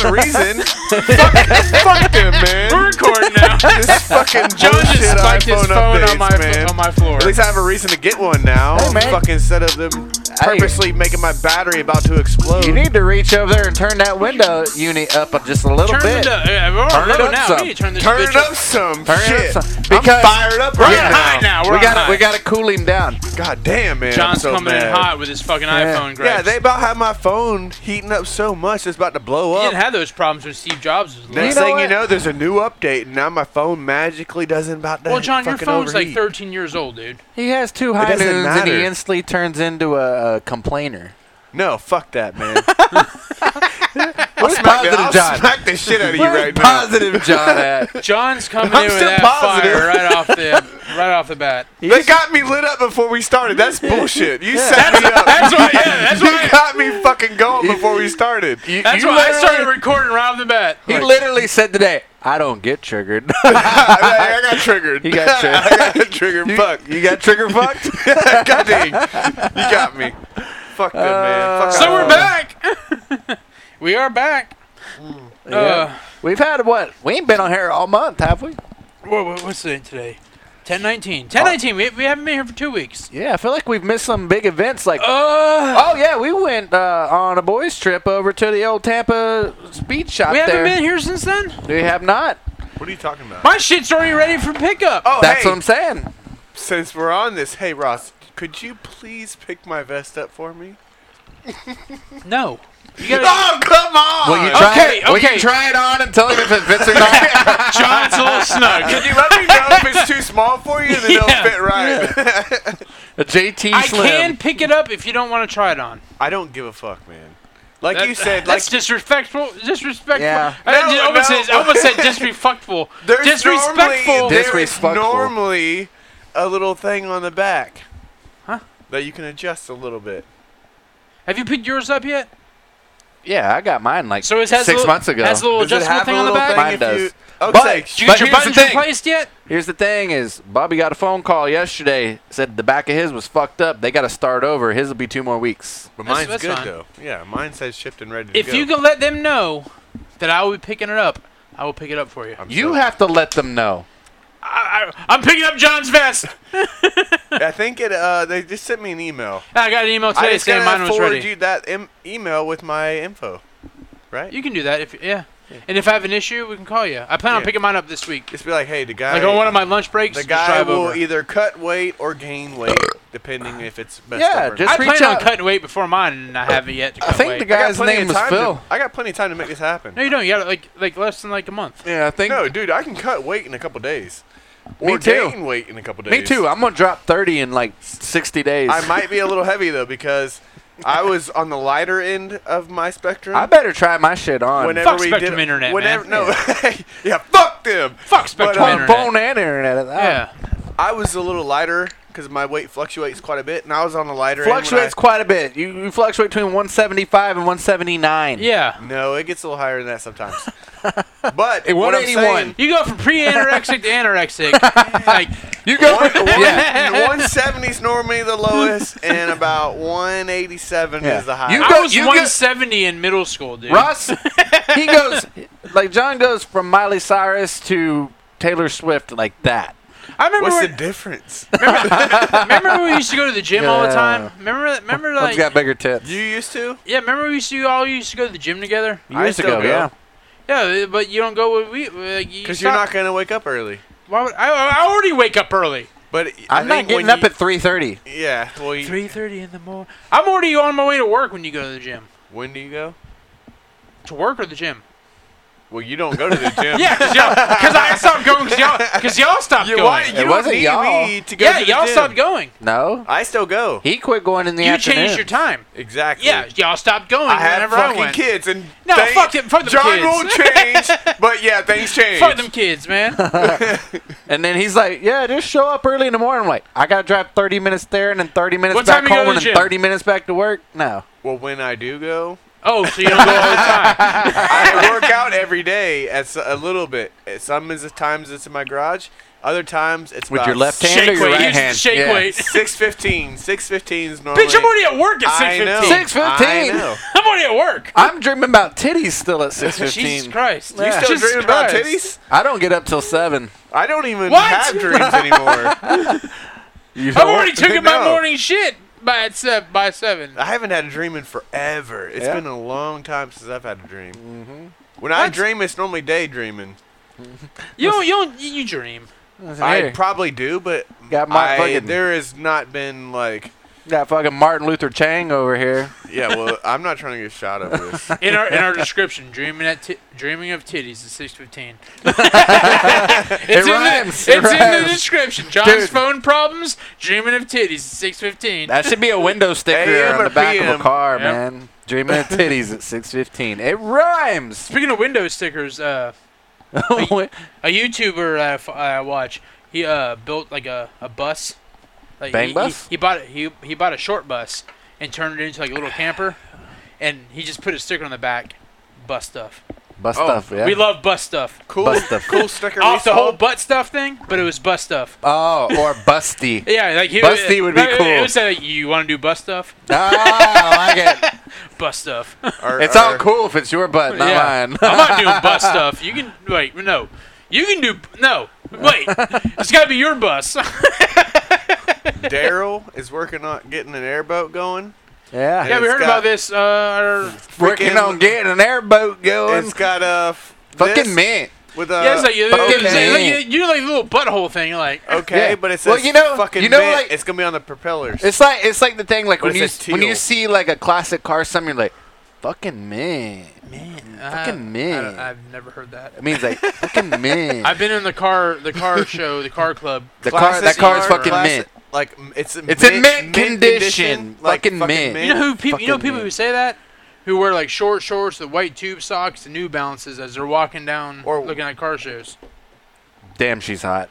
The reason. fuck, fuck him, We're man. recording now. This fucking John bullshit just spiked his iPhone phone updates, on my man. on my floor. At least I have a reason to get one now. Hey, man. Fucking instead of them Hey. purposely making my battery about to explode. You need to reach over there and turn that window unit up just a little turn bit. it up. Yeah, we're Turn on it low up now. some. We need to turn this Turn bitch it up some Turn it up shit. some- I'm because- fired up right We're on high now. We're we on gotta high. we gotta cool him down. God damn, man. I'm John's so coming in mad. hot with his fucking iPhone. Greg. Yeah, they about had my phone heating up so much it's about to blow You up. didn't have those problems when Steve Jobs was. Next alive. You know thing you what? know, there's a new update, and now my phone magically doesn't about to Well, John, your fucking phone's like overheat. 13 years old, dude. He has two high doesn't noons and matter. he instantly turns into a, a complainer. No, fuck that, man. Where's Smack- positive I'll John? smack the shit out of you Where's right now. positive John at? John's coming I'm in with still that positive. fire right off the right off the bat. They got me lit up before we started. That's bullshit. You set me up. That's why. Yeah, that's you why. got me fucking going before we started. That's You why I literally- started recording right off the bat. He literally said today, "I don't get triggered." I, I got triggered. You got triggered. I got triggered. Fuck. you got trigger fucked. God dang. You got me. Fuck them, Uh, man. Fuck So all we're of back. we are back. Uh, Yeah. We've had what? We ain't been on here all month, have we? wha- wha- what's the date today? 1019. 1019. We, we haven't been here for two weeks. Yeah, I feel like we've missed some big events. Like, Uh, oh yeah, we went uh, on a boys' trip over to the old Tampa speed shop. we haven't there. been here since then. We have not. them. What are you talking about? My shit's already ready for pickup. Oh, That's hey, what I'm saying. since we're on this, hey Ross, could you please pick my vest up for me? No. You gotta, Oh, come on! Will you try try Okay, it? it? We okay. can try it on and tell him if it fits or not. John's a little snug. Can you let me know if it's too small for you, then Yeah. it'll fit right. a JT I Slim. can pick it up if you don't want to try it on. I don't give a fuck, man. Like That- you said, like that's disrespectful. Disrespectful. Yeah. I, No, did- almost, no. Said, I almost said disrespectful. there's disrespectful. Normally, there is Disrespectful. normally a little thing on the back, Huh? That you can adjust a little bit. Have you picked yours up yet? Yeah, I got mine like So it has a six little- months ago. has a little Does it adjustable have thing a on the little back? thing Mine if does. you- Oh, okay, But- Did you get your here's the buttons thing. replaced yet? Here's the thing: is Bobby got a phone call yesterday? Said the back of his was fucked up. They got to start over. His will be two more weeks. but That's- mine's that's good fine. though. Yeah, mine says shipped and ready to If go. you can let them know that I will be picking it up, I will pick it up for you. I'm You so- have to let them know. I, I, I'm picking up John's vest. I think it. Uh, they just sent me an email. I got an email I today just saying gotta mine was forward ready. You. you that em- email with my info, right? can do that if yeah. And if I have an issue, we can call you. I plan on Yeah. picking mine up this week. just be like, hey, the guy. Like on one of my lunch breaks, the just guy drive will over. either cut weight or gain weight, depending if it's messed Yeah, up or just I not. reach plan on out. cutting weight before mine, and I haven't yet. To I cut think weight. the I got guy's plenty name of was time Phil. To, I got plenty of time to make this happen. No, you don't. You got like like less than like a month. Yeah, I think. No, dude, I can cut weight in a couple days. Me or too. gain weight in a couple days. Me too. I'm gonna drop 30 in like 60 days. I might be a little heavy though because I was on the lighter end of my spectrum. I better try my shit on. whenever Fuck we Spectrum did, Internet, whenever, man. No, yeah, fuck them. Fuck Spectrum uh, on Internet. phone and internet. Ah. Yeah. I was a little lighter because my weight fluctuates quite a bit, and I was on the lighter Fluctuates end. when quite a bit. You, you fluctuate between 175 and 179. Yeah. I- no, it gets a little higher than that sometimes. but Hey, what I'm saying, 181. You go from pre-anorexic to anorexic. like You go. one, one, yeah. 170 is normally the lowest, and about 187 Yeah. is the You highest. go- I was you get- 170 in middle school, dude. Russ, he goes like John goes from Miley Cyrus to Taylor Swift like that. I remember What's the when, difference? remember when we used to go to the gym all the Yeah. time. Remember that? Remember One's like got bigger tits. you used to? yeah. Remember we used to all used to go to the gym together. I Years still ago, go. yeah. Yeah, but you don't go with we. Because you Because you're not stop- going to wake up early. Why would, I, I already wake up early. But I I'm not think getting when up you, at 3:30. Yeah. Well, you, 3:30 in the morning. I'm already on my way to work when you go to the gym. when do you go? To work or the gym? Well, you don't go to the gym. Yeah, because y'all, because I stopped going, because y'all, because y'all stopped You, why, going. you It don't wasn't need y'all. me to go Yeah, to the y'all gym. stopped going. No, I still go. he quit going in the you afternoon. changed your time. Exactly. Yeah, y'all stopped going I had whenever fucking I went. kids and No, thing- fuck it- fuck them John kids. will change, but yeah, things change. Fuck them kids, man. And then he's like, "Yeah, just show up early in the morning." I'm like, I gotta drive 30 minutes there and then 30 minutes What time back you go to home the and gym? then 30 minutes back to work. No, Well, when I do go, Oh, so you don't go all the time. I work out every day at s- a little bit. Uh, Some is the times it's in my garage. Other times it's With about your left hand or Shake your weight. right Here's the hand? shake Yeah. weight. Six fifteen. Six fifteen is normally. Bitch, I'm already at work at I know. 6:15. 6:15. I know. I'm already at work. I'm dreaming about titties still at 6:15. Jesus Christ. You Still Jesus dreaming about Christ. titties? I don't get up till seven. I don't even What? have dreams anymore. You I've already taken my No. morning shit by at se- by seven. I haven't had a dream in forever. It's Yeah. been a long time since I've had a dream. Mm-hmm. When I What? dream, it's normally daydreaming. You don't, you don't, you dream. I probably do, but Got my I- fucking- there has not been like. got fucking Martin Luther Chang over here. Yeah, well, I'm not trying to get shot at this. In our in our description, dreaming at ti- dreaming of titties is six fifteen. it's in rhymes. The, It it's in the rhymes. description. John's Dude. phone problems. Dreaming of titties is six fifteen. That should be a window sticker AM on the or back of PM? a car, Yep. man. Dreaming of titties at 6:15. It rhymes. Speaking of window stickers, uh, a YouTuber I f- I watch, he uh built like a, a bus. Like Bang he, bus? He, he bought it. He he bought a short bus and turned it into like a little camper, and he just put a sticker on the back. Bus stuff. Bus Oh, stuff, yeah. We love bus stuff. Cool, Bus stuff. cool sticker. Off the we whole saw. butt stuff thing, but it was bus stuff. oh, or busty. Yeah, like he, Busty would be it- it- It cool. would say, "You want to do bus stuff? oh, I like it. Bus stuff. Our- It's our- all cool if it's your butt, not Yeah. mine. I'm not doing bus stuff. You can wait. No, you can do no. Wait, it's got to be your bus. Daryl is working on getting an airboat going. yeah. yeah, we It's heard got- about this. Uh, Working freaking- on getting an airboat going. It's got a f- Fucking this mint. with a yeah, it's like, you fucking it's like, man. you- you do like a little butthole thing. Like okay, Yeah. but it says Well, you know- fucking you know, mint. like- it's gonna be on the propellers. It's like it's like the thing like But when it you says when you teal. see like a classic car, some you're like, fucking mint. man, Fucking man. I, have never heard that. It means like fucking mint. I've been in the car, the car show, the car club. the car that Classic car is car, fucking classic- mint. Like m- it's in It's in mint mint condition. Fucking mint. You know who people? You know Fucking people man. who say that, who wear like short shorts, the white tube socks, the New Balances as they're walking down, Or- looking at car shows. Damn, she's hot.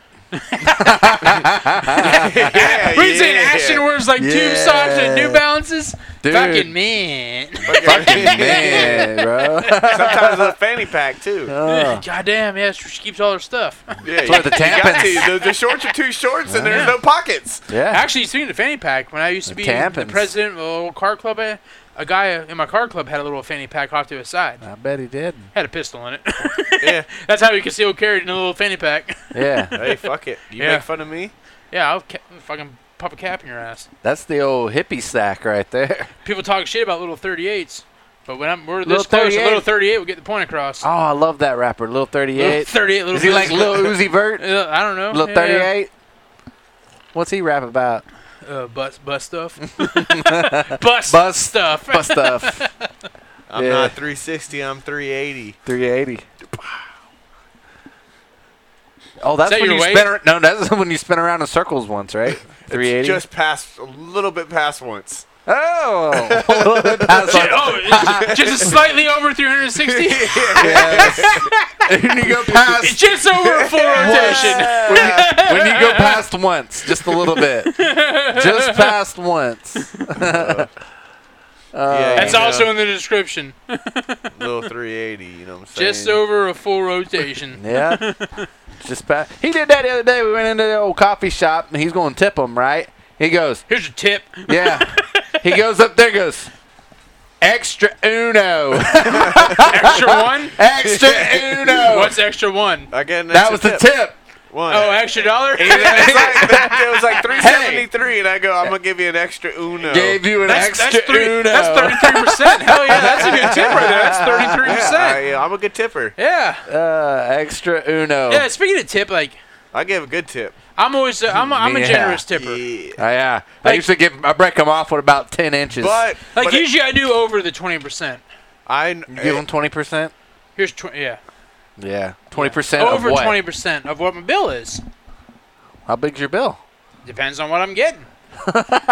yeah, What are you saying? yeah. Ashton wears like tube Yeah. socks and New Balances. Dude. Fucking man. Fucking Man, bro. Sometimes a fanny pack too. Oh. Goddamn, yeah, she she keeps all her stuff. Yeah, you, where the you got tampons- to. The, the shorts are too shorts, and Yeah. there's no pockets. Yeah. Actually, speaking of fanny pack, when I used to be the Tampons. president of a little car club, I- a guy in my car club had a little fanny pack off to his side. I bet he did. Had a pistol in it. Yeah. That's how you conceal carried in a little fanny pack. Yeah. Hey, fuck it. You Yeah. make fun of me? yeah, I'll ca- fucking pop a cap in your ass. That's the old hippie sack right there. People talk shit about little 38s, but when I'm, we're Little this close, a 38. little 38 will get the point across. Oh, I love that rapper, Lil Little 38. 38, little Is he like Lil Uzi Vert? Uh, I don't know. Lil Yeah, 38? What's he rap about? Uh, bus, bus stuff. bus, Bus- stuff. Bus stuff. I'm Yeah. not 360. I'm 380. 380. Oh, that's that when your you weight? spin. ar- No, that's when you spin around in circles once, right? 380. It's just past a little bit past once. oh, a little bit past Shit, one. oh, it's just slightly over 360. Yes. when you go It's past just over full rotation. when, you, when you go past once, just a little bit, just past once. Uh, Uh, That's you know, also in the description. little 380. You know what I'm saying? Just over a full rotation. Yeah. Just past. He did that the other day. We went into the old coffee shop, and he's going to tip him, right? He goes, Here's a tip. yeah. he goes up there, and goes, extra uno, Extra one? extra uno. What's extra one? Again, that was the tip. One. Oh, extra dollar? And it was like, that- it was like 373, and I go, I'm gonna give you an extra uno. Gave you an Oh. That's, extra that's, three, uno. that's 33%. Hell yeah, that's a good tip right there. That's yeah, 33%. I, Oh. am a good tipper. Yeah. uh, extra uno. Yeah, speaking of tip, like, I give a good tip. I'm always, uh, I'm, a, I'm a Yeah. generous tipper. Yeah. Oh, yeah. I Like- usually give I break them off with about ten inches. But Like, but usually I do over the 20%. I you give them twenty percent. Here's, tw- yeah. Yeah, twenty percent of Over what? 20% of what my bill is. How big's your bill? Depends on what I'm getting. I try,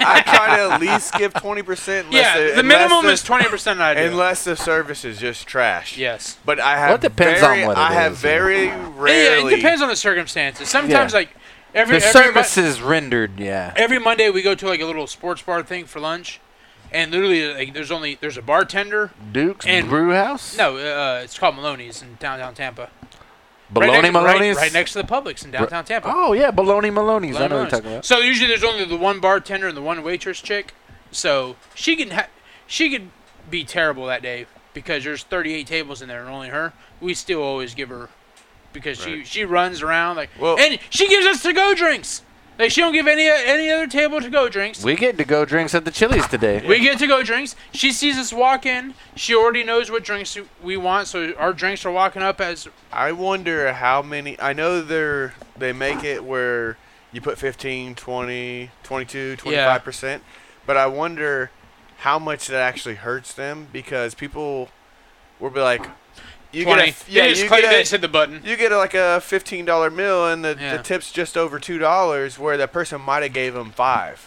I try to at least give 20 percent. Yeah, the minimum is 20% I do. unless the service is just trash. yes. But I have Well, it depends on very- what I it have is. very rarely. Yeah, it depends on the circumstances. Sometimes Yeah. like every The every, services rendered. Yeah. Mon- every Monday we go to like a little sports bar thing for lunch, and literally like there's only there's a bartender. Duke's And- Brew House? No, uh, it's called Maloney's in downtown Tampa. Bologna right next, right- Maloney's? right, next to the Publix in downtown Tampa. Oh, yeah, Bologna Maloney's. I know what Lemon you're talking about. So usually there's only the one bartender and the one waitress chick. So she can ha- she could be terrible that day because there's 38 tables in there and only her. We still always give her because she Right. she runs around like Well- and she gives us to go drinks. Like she don't give any any other table to go drinks. We get to go drinks at the Chili's today. We get to go drinks. She sees us walk in. She already knows what drinks we want, so our drinks are walking up as I wonder how many. I know they're they make it where you put 15, 20, 22, 25 percent, but I wonder how much that actually hurts them because people will be like, you 20. get a, yeah, they just you click- they get a, just hit the button. you get a, like a fifteen dollar meal and the, Yeah. the tip's just over two dollars, where that person might have gave them five.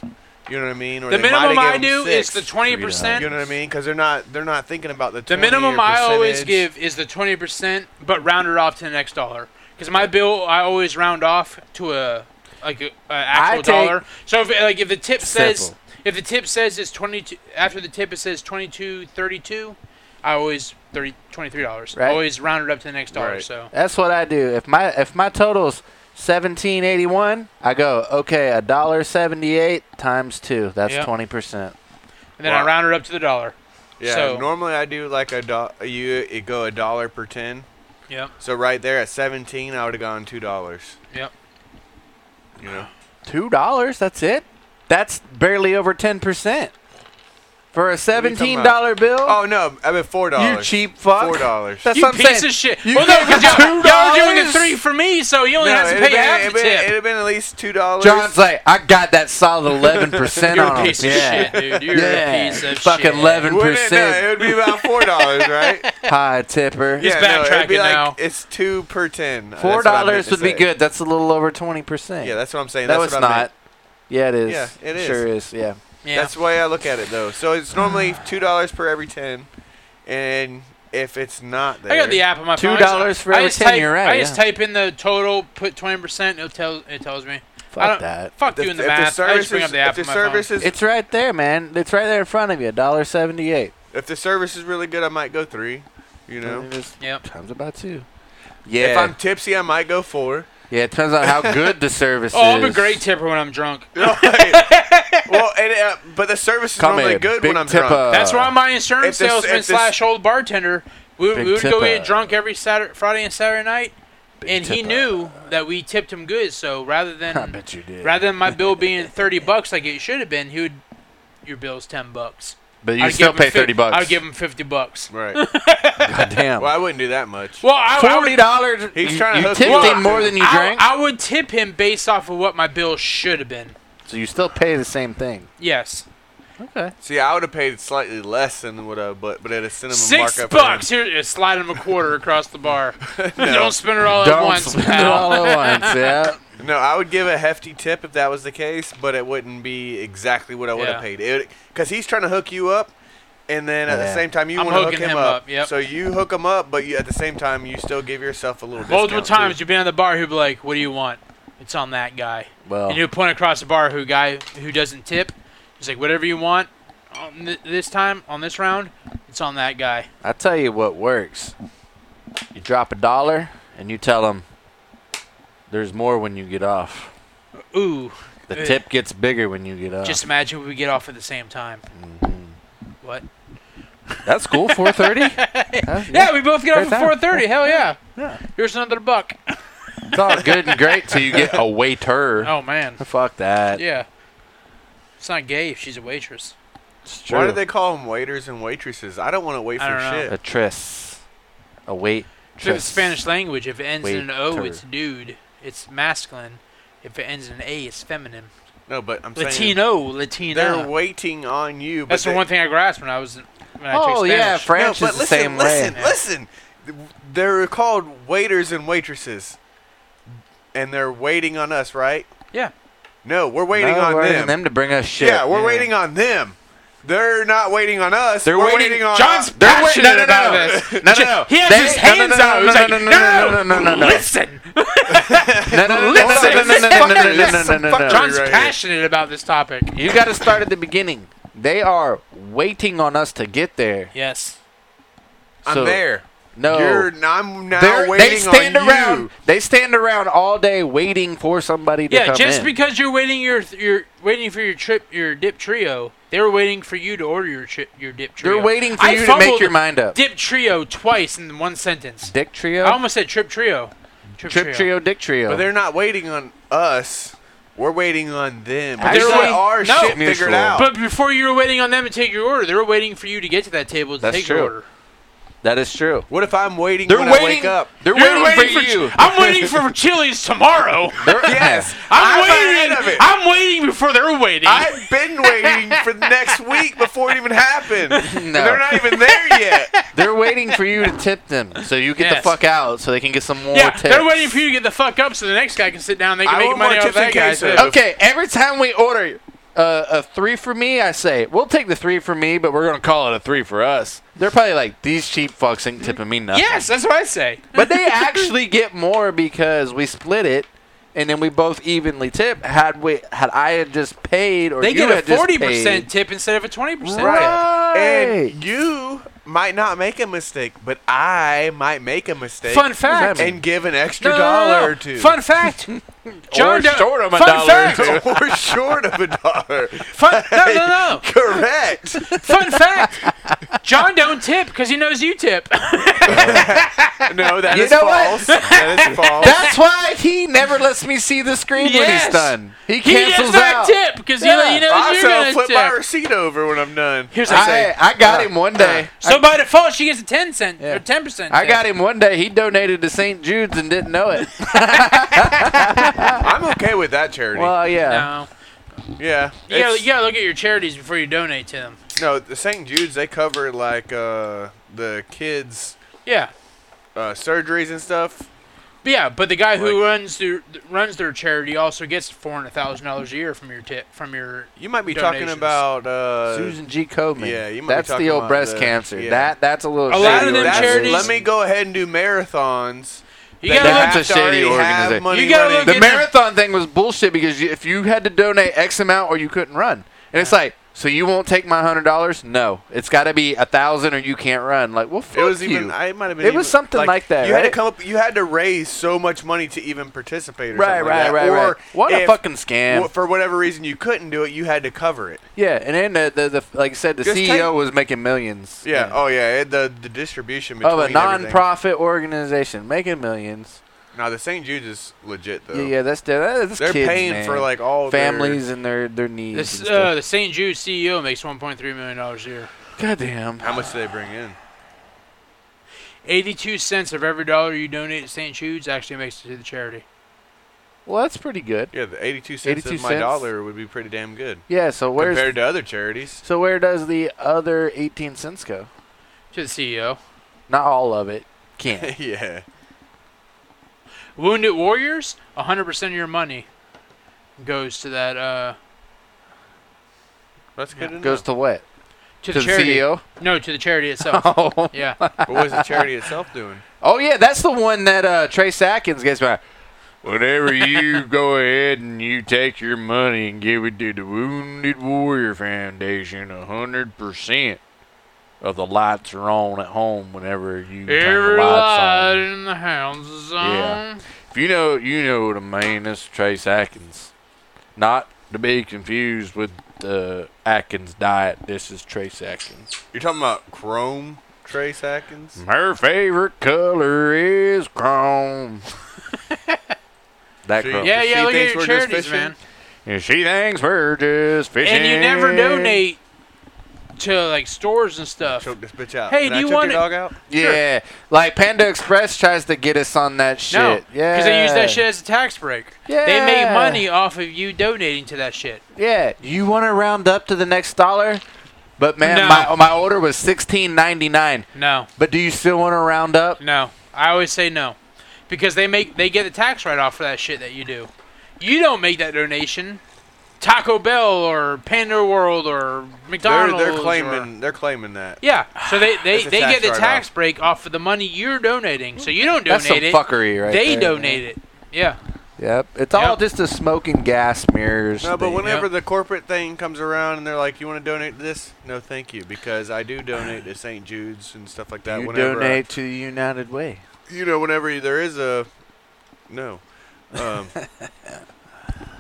You know what I mean? Or The they mighta minimum I gave 'em do is six. the 20%. You know what I mean? Because they're not they're not thinking about the The 20 or minimum I always percentage. give is the 20%, but round it off to the next dollar. Because my bill, I always round off to a like a, a actual take- dollar. So if like if the tip says Simple. if the tip says it's 22 after the tip it says 22.32, I always 30 23 dollars. I Right. always round it up to the next dollar. Right. So That's what I do. If my if my total's seventeen eighty one, I go okay. A dollar seventy eight times two. That's Yeah. twenty percent. and then I Wow. round it up to the dollar. Yeah, So- normally I do like a do- you it go a dollar per ten. Yep. So right there at seventeen, I would have gone two dollars. Yep. You know, Two dollars. That's it. That's barely over ten percent for a talking seventeen dollar bill. oh no, I mean four dollars. you cheap fuck. Four dollars. That's you what I'm piece saying. of shit. You well, no, gave because me y'all, $2? y'all are doing a three for me, so he only has to it'd pay half have the been, tip. it'd have been at least two dollars. John's like, I got that solid eleven percent You're on a him. piece of yeah. shit, dude. You're yeah. a piece of Fucking shit. eleven Wouldn't it? No, it percent would be about four dollars, right? high tipper. He's no, it'd be backtracking like now. it's two per ten. That's Four what I meant dollars to would be say. good. That's a little over twenty percent. Yeah, that's what I'm saying. No, That's it's what I meant. not. Yeah, it is. Yeah, it is. Sure is. Yeah. yeah. That's the way I look at it, though. So it's normally two dollars per every ten, and if it's not there, I got the app on my phone. $2 I just- for I every just 10, type- you're right, I just yeah. type in the total, put twenty percent. It tells it tells me. I Fuck don't- that. Fuck if doing the if math. I just service bring is- up the app If on the my service phone. is It's right there, man. It's right there in front of you. Dollar seventy-eight. if the service is really good, I might go three. You know, Yep. Times about two. if Yeah. I'm tipsy, I might go four. yeah. It depends on how good the service Oh, I'm is. a great tipper when I'm drunk. well, and, uh, but the service is Come normally here, good big when I'm tip uh, drunk. up. That's why my Uh, if insurance this- salesman if this- slash old bartender. We, Big we would go tipper. get drunk every Saturday, Friday, and Saturday night, and he tipper. knew that we tipped him good. So rather I than bet you did. rather than my bill being thirty bucks like it should have been, he would your bill's ten bucks. but I'd you give still him pay fif- thirty bucks. I'd give him fifty bucks. Right. Goddamn. Well, I wouldn't do that much. Well, I, I would Forty dollars. He's you, trying to you hook tipped you him up. more than you I- drank, I, would tip him based off of what my bill should have been. so you still pay the same thing. Yes, Okay. See, I would have paid slightly less than what I, but but at a cinema six markup. bucks. Here, uh, slide him a quarter across the bar. Don't spend it all at Don't once, spend it pal. all at once. Yeah. No, I would give a hefty tip if that was the case, but it wouldn't be exactly what I would Yeah. have paid. It because he's trying to hook you up, and then at Yeah. the same time you I'm want to hook hooking him, him up. up, yep. So you hook him up, but you, at the same time you still give yourself a little. Multiple discount, times too. you've been at the bar. He'd be like, "What do you want?" It's on that guy. Well, And you point across the bar who guy who doesn't tip. He's like, "Whatever you want." On th- this time, on this round, it's on that guy. I tell you what works. You drop a dollar and you tell them there's more when you get off. Ooh, The Ugh. tip gets bigger when you get off. just imagine we get off at the same time. Mm-hmm. What? That's cool. Four thirty. yeah, Yeah, we both get Great off time. at 4:30. Hell yeah! Yeah. Here's another buck. it's all good and great till you get a waiter. Oh man. Fuck that. Yeah. It's not gay if she's a waitress. It's true. Why do they call them waiters and waitresses? I don't want to wait I for don't know. shit. a tris? A wait. If it's Spanish language, if it ends in an O, Waiter. it's dude. It's masculine. If it ends in an A, it's feminine. No, but I'm saying Latino, Latina. they're waiting on you. But That's the they- one thing I grasped when I was when I took Oh Spanish. yeah, French no, but is the listen, same listen, way. listen. They're called waiters and waitresses, and they're waiting on us, right? Yeah. No, we're waiting No, on we're waiting them. on them to bring us shit. Yeah, we're waiting on them. They're not waiting on us. They're We're waiting- on John's They're wait- passionate no, no, no. about this. No, no, no. He has They- his no, no, hands no, out. no, He's no, like, no, no, "No, no, no, no, no, Listen, No, no, no, no, Listen, no, no, no, no, no, no, no, no, no, no, no. fucking John's right here. passionate about this topic. You got to start at the beginning. They are waiting on us to get there. Yes. I'm So- there. No, You're, I'm now They're- waiting they stand on around. you. They stand around all day waiting for somebody to Yeah, come just in. because you're waiting your you're waiting for your trip your dip trio, they were waiting for you to order your tri- your dip trio. They're waiting for I you to make fumbled your mind up. Dip trio twice in one sentence. Dick trio, I almost said trip trio. Trip, trip trio, Dick trio. But they're not waiting on us. We're waiting on them. But They they're want waiting- our no. shit figured Mutual. out. But before you were waiting on them to take your order, they were waiting for you to get to that table to That's take true. your order. that is true. what if I'm waiting They're when waiting. I wake up? They're You're waiting, for, you. I'm waiting for Chili's tomorrow. They're- Yes. I'm, I'm ahead waiting. of it. I'm waiting before they're waiting. I've been waiting for the next week before it even happened. And No. they're not even there yet. They're waiting for you to tip them, so you get Yes. the fuck out, so they can get some more yeah, tips. they're waiting for you to get the fuck up so the next guy can sit down. and They can I make want money more off tips in that guy. case too. of- Okay, every time we order uh, a three for me, I say we'll take the three for me, but we're gonna call it a three for us. They're probably like these cheap fucks ain't tipping me nothing. Yes, that's what I say. but they actually get more because we split it, and then we both evenly tip. Had we had I had just paid, or They you get a had just forty percent paid- tip instead of a twenty percent. right? And you might not make a mistake, but I might make a mistake. Fun What does fact. that mean? and give an extra No, no, no, no. dollar or two. Oh. Fun fact. John Or Do- short 'em a fun dollar or fact. two. or short of a dollar. Fun, no, no, no. Correct. Fun fact. John don't tip because he knows you tip. No, that is You know what? false. That is false. That's why he never lets me see the screen when Yes. he's done. He he does cancels not out. tip because he, Yeah. he knows also, you're gonna flip tip. my receipt over when I'm done. Here's the I say, uh, I, I got him one day. So by default, she gets a ten cent Yeah. or ten percent. I got him one day. He donated to St. Jude's and didn't know it. I'm okay with that charity. well, yeah. No, yeah. you gotta, it's- you gotta look at your charities before you donate to them. No, the St. Jude's they cover like uh, the kids' Yeah, uh, surgeries and stuff. but yeah. But the guy who Like- runs their runs their charity also gets four hundred thousand dollars a year from your tip from your. You might be Donations. talking about uh, Susan G. Komen. yeah, you might be that's talking the old about breast the- cancer. yeah. That that's a little. A lot shady of them that's- organization. Let charities- me go ahead and do marathons. You that gotta have That's to a shitty already have organization. money You gotta running. look The at- marathon thing was bullshit because you, if you had to donate X amount or you couldn't run, and it's like, so you won't take my hundred dollars? No, it's got to be a thousand or you can't run. Like, well, fuck it was you. even. I might have been. It was even- something like that, You had to right? come up. You had to raise so much money to even participate. Or right, something like right, that. right, Or right. What a if- fucking scam. wh- For whatever reason you couldn't do it, you had to cover it. yeah, and then the, the, the like I said, the Just CEO take- was making millions. Yeah. Oh yeah. It, the the distribution between Of a everything. non-profit organization making millions. Now the St. Jude's is legit though. Yeah, yeah, that's that- that's They're kids, paying man. for like all their- families and their their needs. This, and uh, stuff. the St. Jude CEO makes one point three million dollars a year. Goddamn. how much do they bring in? Eighty-two cents of every dollar you donate to St. Jude's actually makes it to the charity. Well, that's pretty good. Yeah, the 82 cents 82 of my cents? dollar would be pretty damn good Yeah. So where's compared to other charities. so where does the other 18 cents go? To the E CEO. Not all of it. Can't. yeah. Wounded Warriors, 100% of your money goes to that uh That's good. Goes to what? to the to the E charity. CEO. No, to the charity itself. Oh. yeah. But what is the charity itself doing? Oh yeah, that's the one that uh, Trace Atkins gets by. Whenever you go ahead and you take your money and give it to the Wounded Warrior Foundation, a hundred percent of the lights are on at home. Whenever you turn Every the light lights on, in the house uh. is Yeah. on. if you know you know what I mean. That's Trace Atkins, not to be confused with the Atkins diet. This is Trace Atkins. You're talking about Chrome Trace Hmm. Atkins? Her favorite color is chrome. that She- chrome. Yeah, She yeah, look thinks at we're just your charities, fishing? man. And she thinks we're just fishing. And you never donate to like stores and stuff. Choke this bitch out. Hey, Can do I you choke want your it- dog out? Yeah, like Panda Express tries to get us on that shit. No, yeah, because they use that shit as a tax break. Yeah. They make money off of you donating to that shit. Yeah, you want to round up to the next dollar, but man, No. my my order was sixteen ninety nine. No, But do you still want to round up? no. I always say no, because they make they get the tax write off for that shit that you do. You don't make that donation. Taco Bell or Panda World or They're, McDonald's. they're or- claiming they're claiming that. Yeah, so they, they, That's a they tax get the write-off. tax break off of the money you're donating. So you don't That's some donate it. fucking fuckery, right? they there, man. donate it. Yeah. Yep. It's all Yep. just a smoke and gas mirrors. No, but thing. whenever the corporate thing comes around and they're like, "You want to donate to this?" No, thank you, because I do donate to St. Jude's and stuff like that. you whenever I- donate to the United Way. you know, whenever there is a no, um,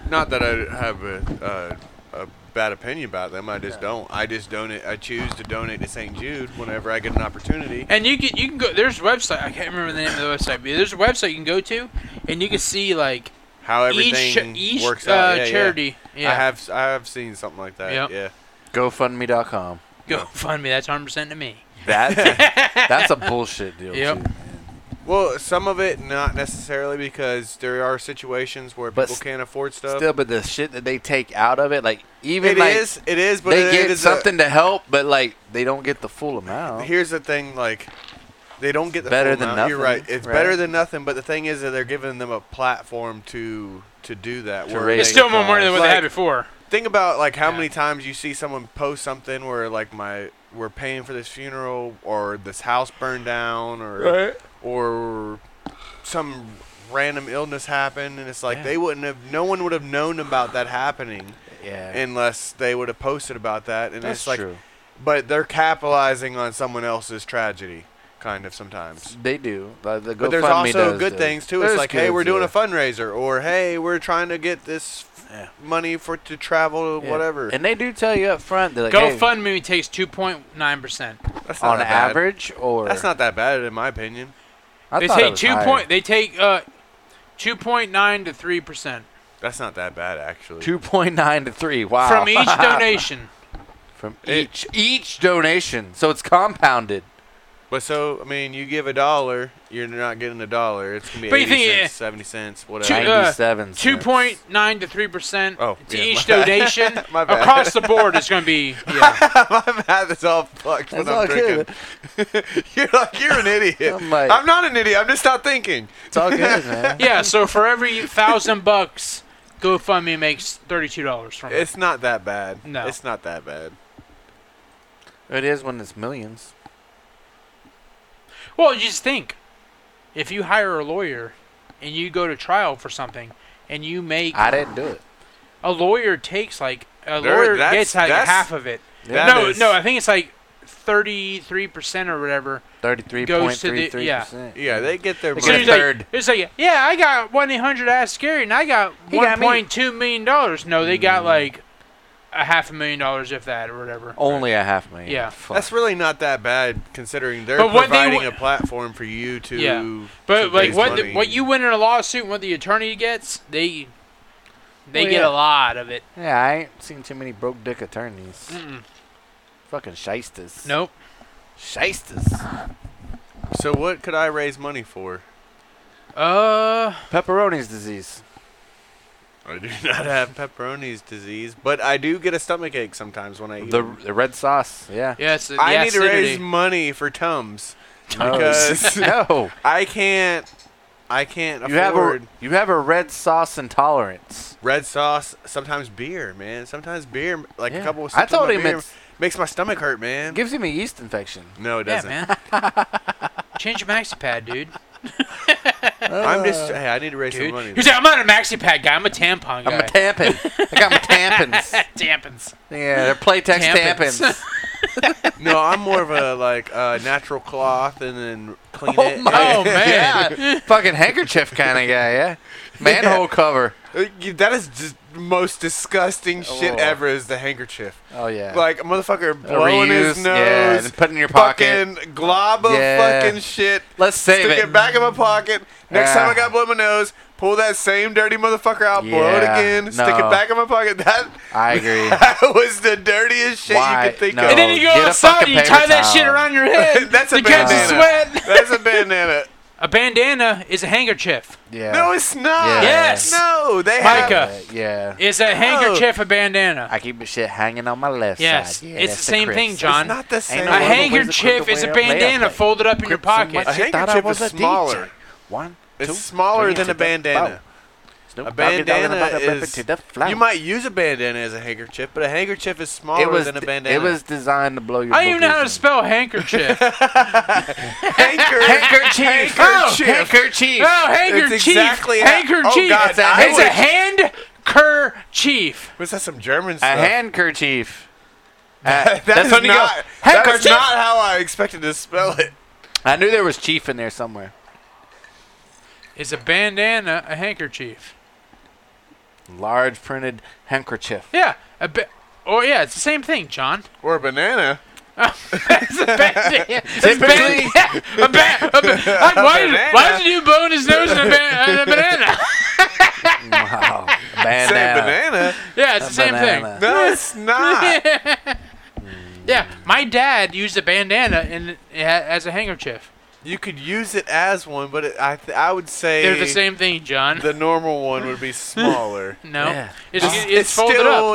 not that I have a, a, a bad opinion about them. I just don't. I just donate. I choose to donate to St. Jude whenever I get an opportunity. And you can you can go. There's a website. I can't remember the name of the website, but there's a website you can go to, and you can see like How each everything each works uh, out. Yeah, yeah. charity. Yeah. I have I have seen something like that. Yep. Yeah. GoFundMe.com. Go fund me. That's 100 percent to me. That's that's a bullshit deal. Yep. Too, man. Well, some of it not necessarily because there are situations where But people s- can't afford stuff. Still, but the shit that they take out of it, like even It is, like It is. But they it- it get is a- something to help, but like they don't get the full amount. Here's the thing, like they don't get the Better full than amount. You're nothing, right. It's right? better than nothing. But the thing is that they're giving them a platform to to do that. To where raise It's they- still more money than what they Like- had before. think about like how Yeah. many times you see someone post something where like my we're paying for this funeral or this house burned down or or some random illness happened and it's like Yeah. they wouldn't have no one would have known about that happening Yeah, unless they would have posted about that and that's it's like true. but they're capitalizing on someone else's tragedy kind of sometimes They do. Like, the but there's GoFundMe also does good do. things too it's There's like hey good, we're doing a yeah. fundraiser or hey we're trying to get this f- Yeah. money for to travel Yeah. whatever and they do tell you up front. They're like, Go hey, fund me takes 2.9 percent. That's not on that bad. average, or That's not that bad, in my opinion. I They thought it take was two higher. point. They take uh, 2.9 to 3 percent That's not that bad, actually. 2.9 to 3. Wow. from e- each donation. From It- each each donation. So it's compounded. But so, I mean, you give a dollar, you're not getting a dollar. It's gonna be But you 80 think, cents, 70 cents, Two- whatever. uh, 97 cents. 2.9 to 3 percent Oh, to yeah, each my bad. donation My bad. across the board is going to be yeah. my math is all fucked when That's I'm all good. drinking. you're like, you're an idiot. I'm like- I'm not an idiot. I'm just not thinking. It's all good, man. yeah. So for every thousand bucks, GoFundMe makes thirty-two dollars from it. It's not that bad. No. It's not that bad. It is when it's millions. Well, you just think if you hire a lawyer and you go to trial for something, and you make I didn't do it. a lawyer takes like a There- lawyer that's- gets like that's- half of it. That no, is- no, I think it's like thirty-three percent or whatever. 33.33%. Yeah, they get their It's So a money. he's like- third. It's like, yeah, I got one eight hundred ass scary, and I got He got one me. point two million dollars. No, they Mm. got like a half a million dollars, if that, or whatever. Only a half million. Yeah. Fuck. That's really not that bad considering they're But what they providing wa- a platform for you to. Yeah. to But like raise what the, money. what you win in a lawsuit, and what the attorney gets, they they Well, get yeah. a lot of it. yeah, I ain't seen too many broke dick attorneys. Mm-mm. Fucking shysters. Nope. Shysters. So what could I raise money for? Uh, Pepperoni's disease. I do not have pepperoni's disease, but I do get a stomach ache sometimes when I eat. The, them. the red sauce. Yeah. yes. Yeah, I need to raise money for Tums because no. I can't. I can't You have a afford you have a red sauce intolerance. red sauce. Sometimes beer, man. Sometimes beer, like Yeah. a couple. Of I told sips of him my beer it's- makes my stomach hurt, man. It gives him a yeast infection. no, it Yeah, doesn't. man. Change your maxi pad, dude. I'm just. Hey, I need to raise some Dude, money. you're saying I'm not a maxi pad guy. I'm a tampon guy. I'm a tampon. I got my tampons. Tampons. Yeah, they're Playtex Tampons. tampons. no, I'm more of a like uh, natural cloth and then clean Oh it. my Oh, man. Yeah, fucking handkerchief kind of guy. Yeah, manhole cover. Uh, you- That is just the most disgusting shit Oh. ever. Is the handkerchief. Oh yeah. Like a motherfucker A blowing his reuse, nose, Yeah, and put it in your pocket. fucking glob of Yeah. fucking shit. Let's save Stick it. it. back in my pocket. Next Ah. time I got blow my nose, pull that same dirty motherfucker out, blow it Yeah, again, stick no. it back in my pocket. That I agree. that was the dirtiest shit Why? you could think No. and of. then you go get a outside and fucking you tie paper that shit towel. around your head. That's a to catch the bandana. sweat. That's a bandana. A bandana is a handkerchief. Yeah. No, it's not. Yeah. Yes. No, they Micah. have. Uh, yeah. Is a handkerchief a bandana? I keep the shit hanging on my left Yes, side. Yeah, it's that's the same Crips. thing, John. It's not the same. no A Well, hang- handkerchief the is a way- way I bandana play. folded up in your Crips and pocket. white A shit thought I handkerchief was is a DJ. smaller. One, two, it's smaller three, than a four. bandana. A Snoop Doggy Dogg and I'm bandana about to rip it is. to the floor. You might use a bandana as a handkerchief, but a handkerchief is smaller It was than a d- bandana. it was designed to blow your. I don't even know how to boogers. spell handkerchief. oh, Anchor. handkerchief. Oh, Handkerchief. handkerchief. handkerchief. It's exactly how- handkerchief. Oh, God, it's a, I it's a would- hand kerchief. was that some German A stuff? handkerchief. Uh, That's that's when you go. not, that is Handkerchief. not how I expected to spell it. I knew there was chief in there somewhere. Is a bandana a handkerchief? Large printed handkerchief. Yeah. A ba- oh yeah, it's the same thing, John. Or a banana. It's a bandana. It's a Typically- bandana. A ba- a ba- I- why, banana. did, why did you bone his nose in a, ba- in a banana? Wow. Say Bandana. banana. Yeah, it's the same banana. No, it's not. thing. yeah, my dad used a bandana in, a- as a handkerchief. you could use it as one, but it, I th- I would say They're the same thing, John. the normal one would be smaller. no, Yeah. it's, it's, folded still up.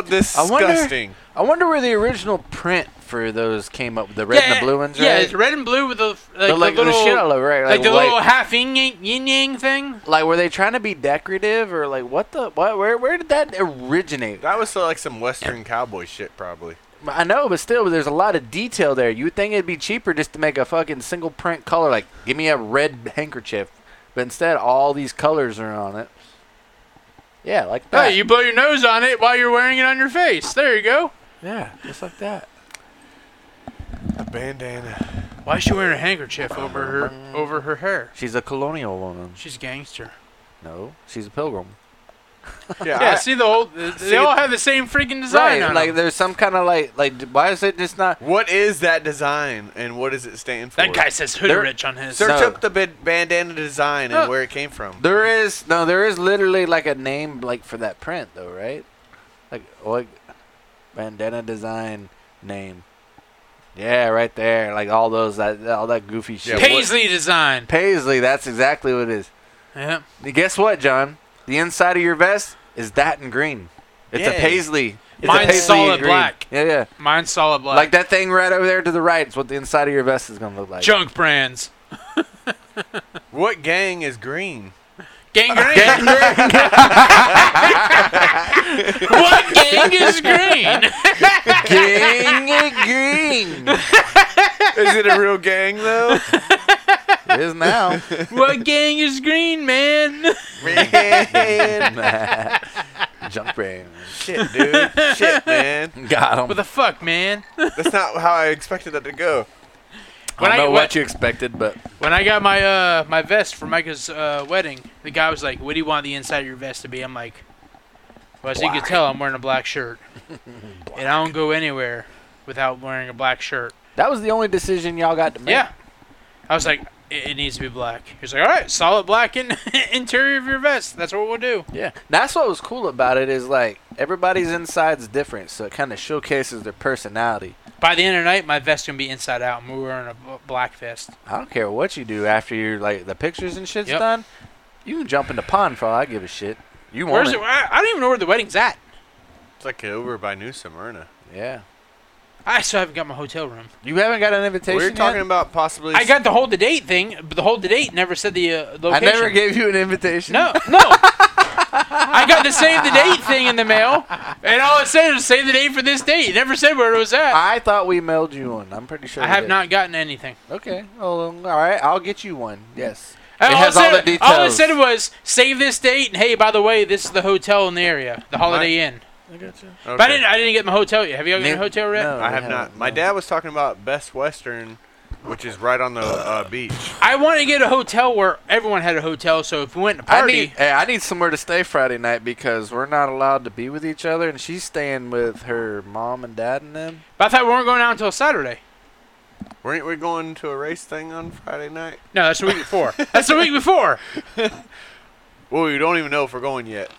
wonder- disgusting. I wonder where the original print for those came up. The red and the blue ones, right? Yeah, it's red and blue with the like, They're like the the little shit all over, right? like, Like, the white. little half yin yang, yin yang thing. Like, were they trying to be decorative, or like, what the, what, where, where did that originate? That was uh, like some Western cowboy shit, probably. I know, but still, there's a lot of detail there. You would think it'd be cheaper just to make a fucking single print color, like, give me a red handkerchief, but instead, all these colors are on it. Yeah, like that. Hey, you blow your nose on it while you're wearing it on your face. There you go. yeah, just like that. A bandana. Why is she wearing a handkerchief over her over her hair? She's a colonial woman. She's a gangster. No, she's a pilgrim. Yeah. Yeah, I- see the whole they See, all have the same freaking design on like them. there's some kind of like, like, d- why is it just not? what is that design and what does it stand for? That guy says hood They're- rich on his. Search No. up the bid- bandana design and No. where it came from. There is no, there is literally like a name like for that print though, right? Like, like bandana design name. Yeah, right there. Like all those, that, all that goofy shit. Yeah, what- Paisley design. Paisley, that's exactly what it is. Yeah. And guess what, John? The inside of your vest is that in green. It's a Yeah. paisley. It's a Mine's paisley solid in green. black. Yeah, yeah. Mine's solid black. Like that thing right over there to the right is what the inside of your vest is gonna look like. junk brands. What gang is green? Gangrene. what gang is green? Gang green. is it a real gang though? It is now. What gang is green, man? man, Junk brain. shit, dude, shit, man. Got What him. the fuck, man? That's not how I expected that to go. I When I- don't know what- what you expected, but When I got my uh my vest for Micah's uh, wedding, the guy was like, "What do you want the inside of your vest to be?" I'm like, "Well, as you can tell, I'm wearing a black shirt, and I don't go anywhere without wearing a black shirt." that was the only decision y'all got to make. Yeah, I was like, "It, it needs to be black." He was like, "All right, solid black in- interior of your vest. That's what we'll do." Yeah. That's what was cool about it is like everybody's inside's different, so it kind of showcases their personality. By the end of the night, my vest gonna be inside out. and We're wearing a b- black vest. I don't care what you do after you're like the pictures and shit's Yep. done. You can jump in the pond for all I give a shit. You want Where's it? it? I, I don't even know where the wedding's at. It's like over by New Smyrna. Yeah. I still haven't got my hotel room. You haven't got an We invitation. We're talking yet? about possibly. I got the hold the date thing, but the hold the date never said the uh, location. I never gave you an invitation. No, no. I got the save the date thing in the mail, and all it said was save the date for this date. It never said where it was at. I thought we mailed you one. I'm pretty sure. I we have did. not gotten anything. Okay. Well, all right. I'll get you one. Yes. And It has it all said, the All it details. said was save this date, and hey, by the way, this is the hotel in the area, the Holiday Inn. I got you. Okay. But I didn't, I didn't get my hotel yet. Have you all got Ne- your hotel yet? no. I have not. My dad was talking about Best Western, which is right on the uh, beach. I want to get a hotel where everyone had a hotel, so if we went to I party, need, hey, I need somewhere to stay Friday night because we're not allowed to be with each other, and she's staying with her mom and dad and them. but I thought we weren't going out until Saturday. Weren't we going to a race thing on Friday night? No, that's the week before. that's the week before. Well, we don't even know if we're going yet.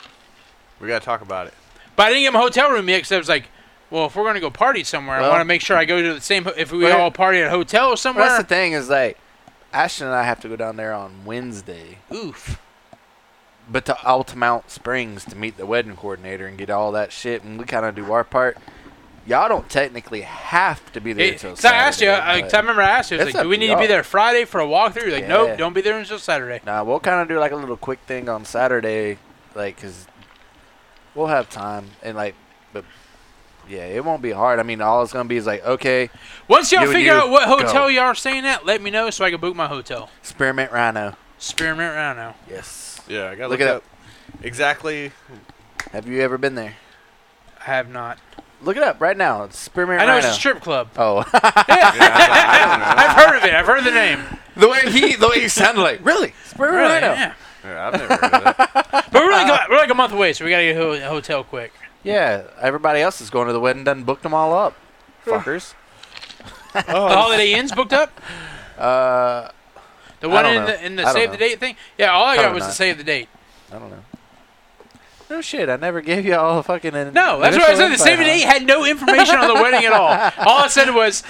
We gotta talk about it. But I didn't get my hotel room yet because I was like, well, if we're gonna go party somewhere, I Well- want to make sure I go to the same. ho- If we Well- all party at a hotel Well, that's somewhere, the thing is like, Ashton and I have to go down there on Wednesday, oof. but to Altamont Springs to meet the wedding coordinator and get all that shit, and we kind of do our part. Y'all don't technically have to be there It- until 'cause I asked you, uh, Saturday, I, but- 'cause I remember I asked you, I was It's like, up do we to need to be y'all. there Friday for a walkdown? You're like, Yeah. nope, don't be there until Saturday. Nah, we'll kind of do like a little quick thing on Saturday, like, cause we'll have time and like, but yeah, it won't be hard. I mean, all it's gonna be is like, okay, Once y'all You and figure you, out what hotel go. y'all are staying at, let me know so I can book my hotel. experiment rhino. Spearmint Rhino. Yes. Yeah, I got to Look look, it it up. up. Exactly. Have you ever been there? I have not. Look it up right now. It's experiment I know it's rhino. a strip club. oh, I've heard of it. I've heard the name. the way he, the way he sounded like, really, experiment Really? rhino. Yeah. Yeah, I've never heard of that. But we're like, a, we're like a month away, so we gotta get a ho- hotel quick. Yeah, everybody else is going to the wedding. Done booked them all up, fuckers. The Oh, Holiday Inn's booked up. Uh, The I one don't in know. the in I the don't save know. the date thing. Yeah, all I got Probably was the not. save the date. I don't know. No shit, I never gave you all a fucking. in- No, that's what I initial said. The invite, save the huh? date had no information on the wedding at all. All I said was,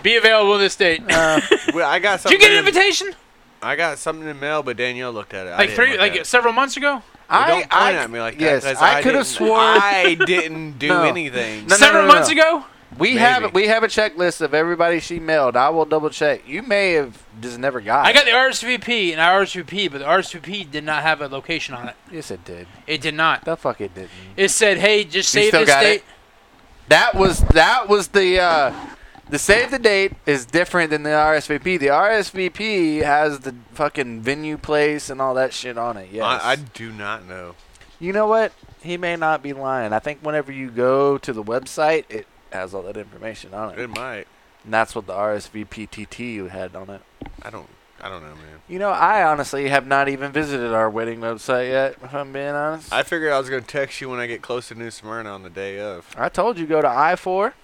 "Be available this date." Uh, well, I got Did you something. get an in- invitation? I got something in the mail, but Danielle looked at it. I Like didn't three, look like at it. several months ago. Well, I, don't point I, at me like yes, that. 'cause I could didn't- have swore- I didn't do No. anything. No, no, several no, months no. ago. We Maybe. have we have a checklist of everybody she mailed. I will double check. You may have just never got. I it. got the RSVP and I RSVP, but the RSVP did not have a location on it. Yes, it did. It did not. The fuck it didn't. It said, "Hey, just You save still this got date." it? That was that was the uh, the save the date is different than the RSVP. The RSVP has the fucking venue place and all that shit on it. Yes. I, I do not know. you know what? He may not be lying. I think whenever you go to the website, it has all that information on it. It might. And that's what the RSVPTT had on it. I don't. I don't know, man. You know, I honestly have not even visited our wedding website yet, if I'm being honest. I, I figured I was gonna text you when I get close to New Smyrna on the day of. told you go to I 4.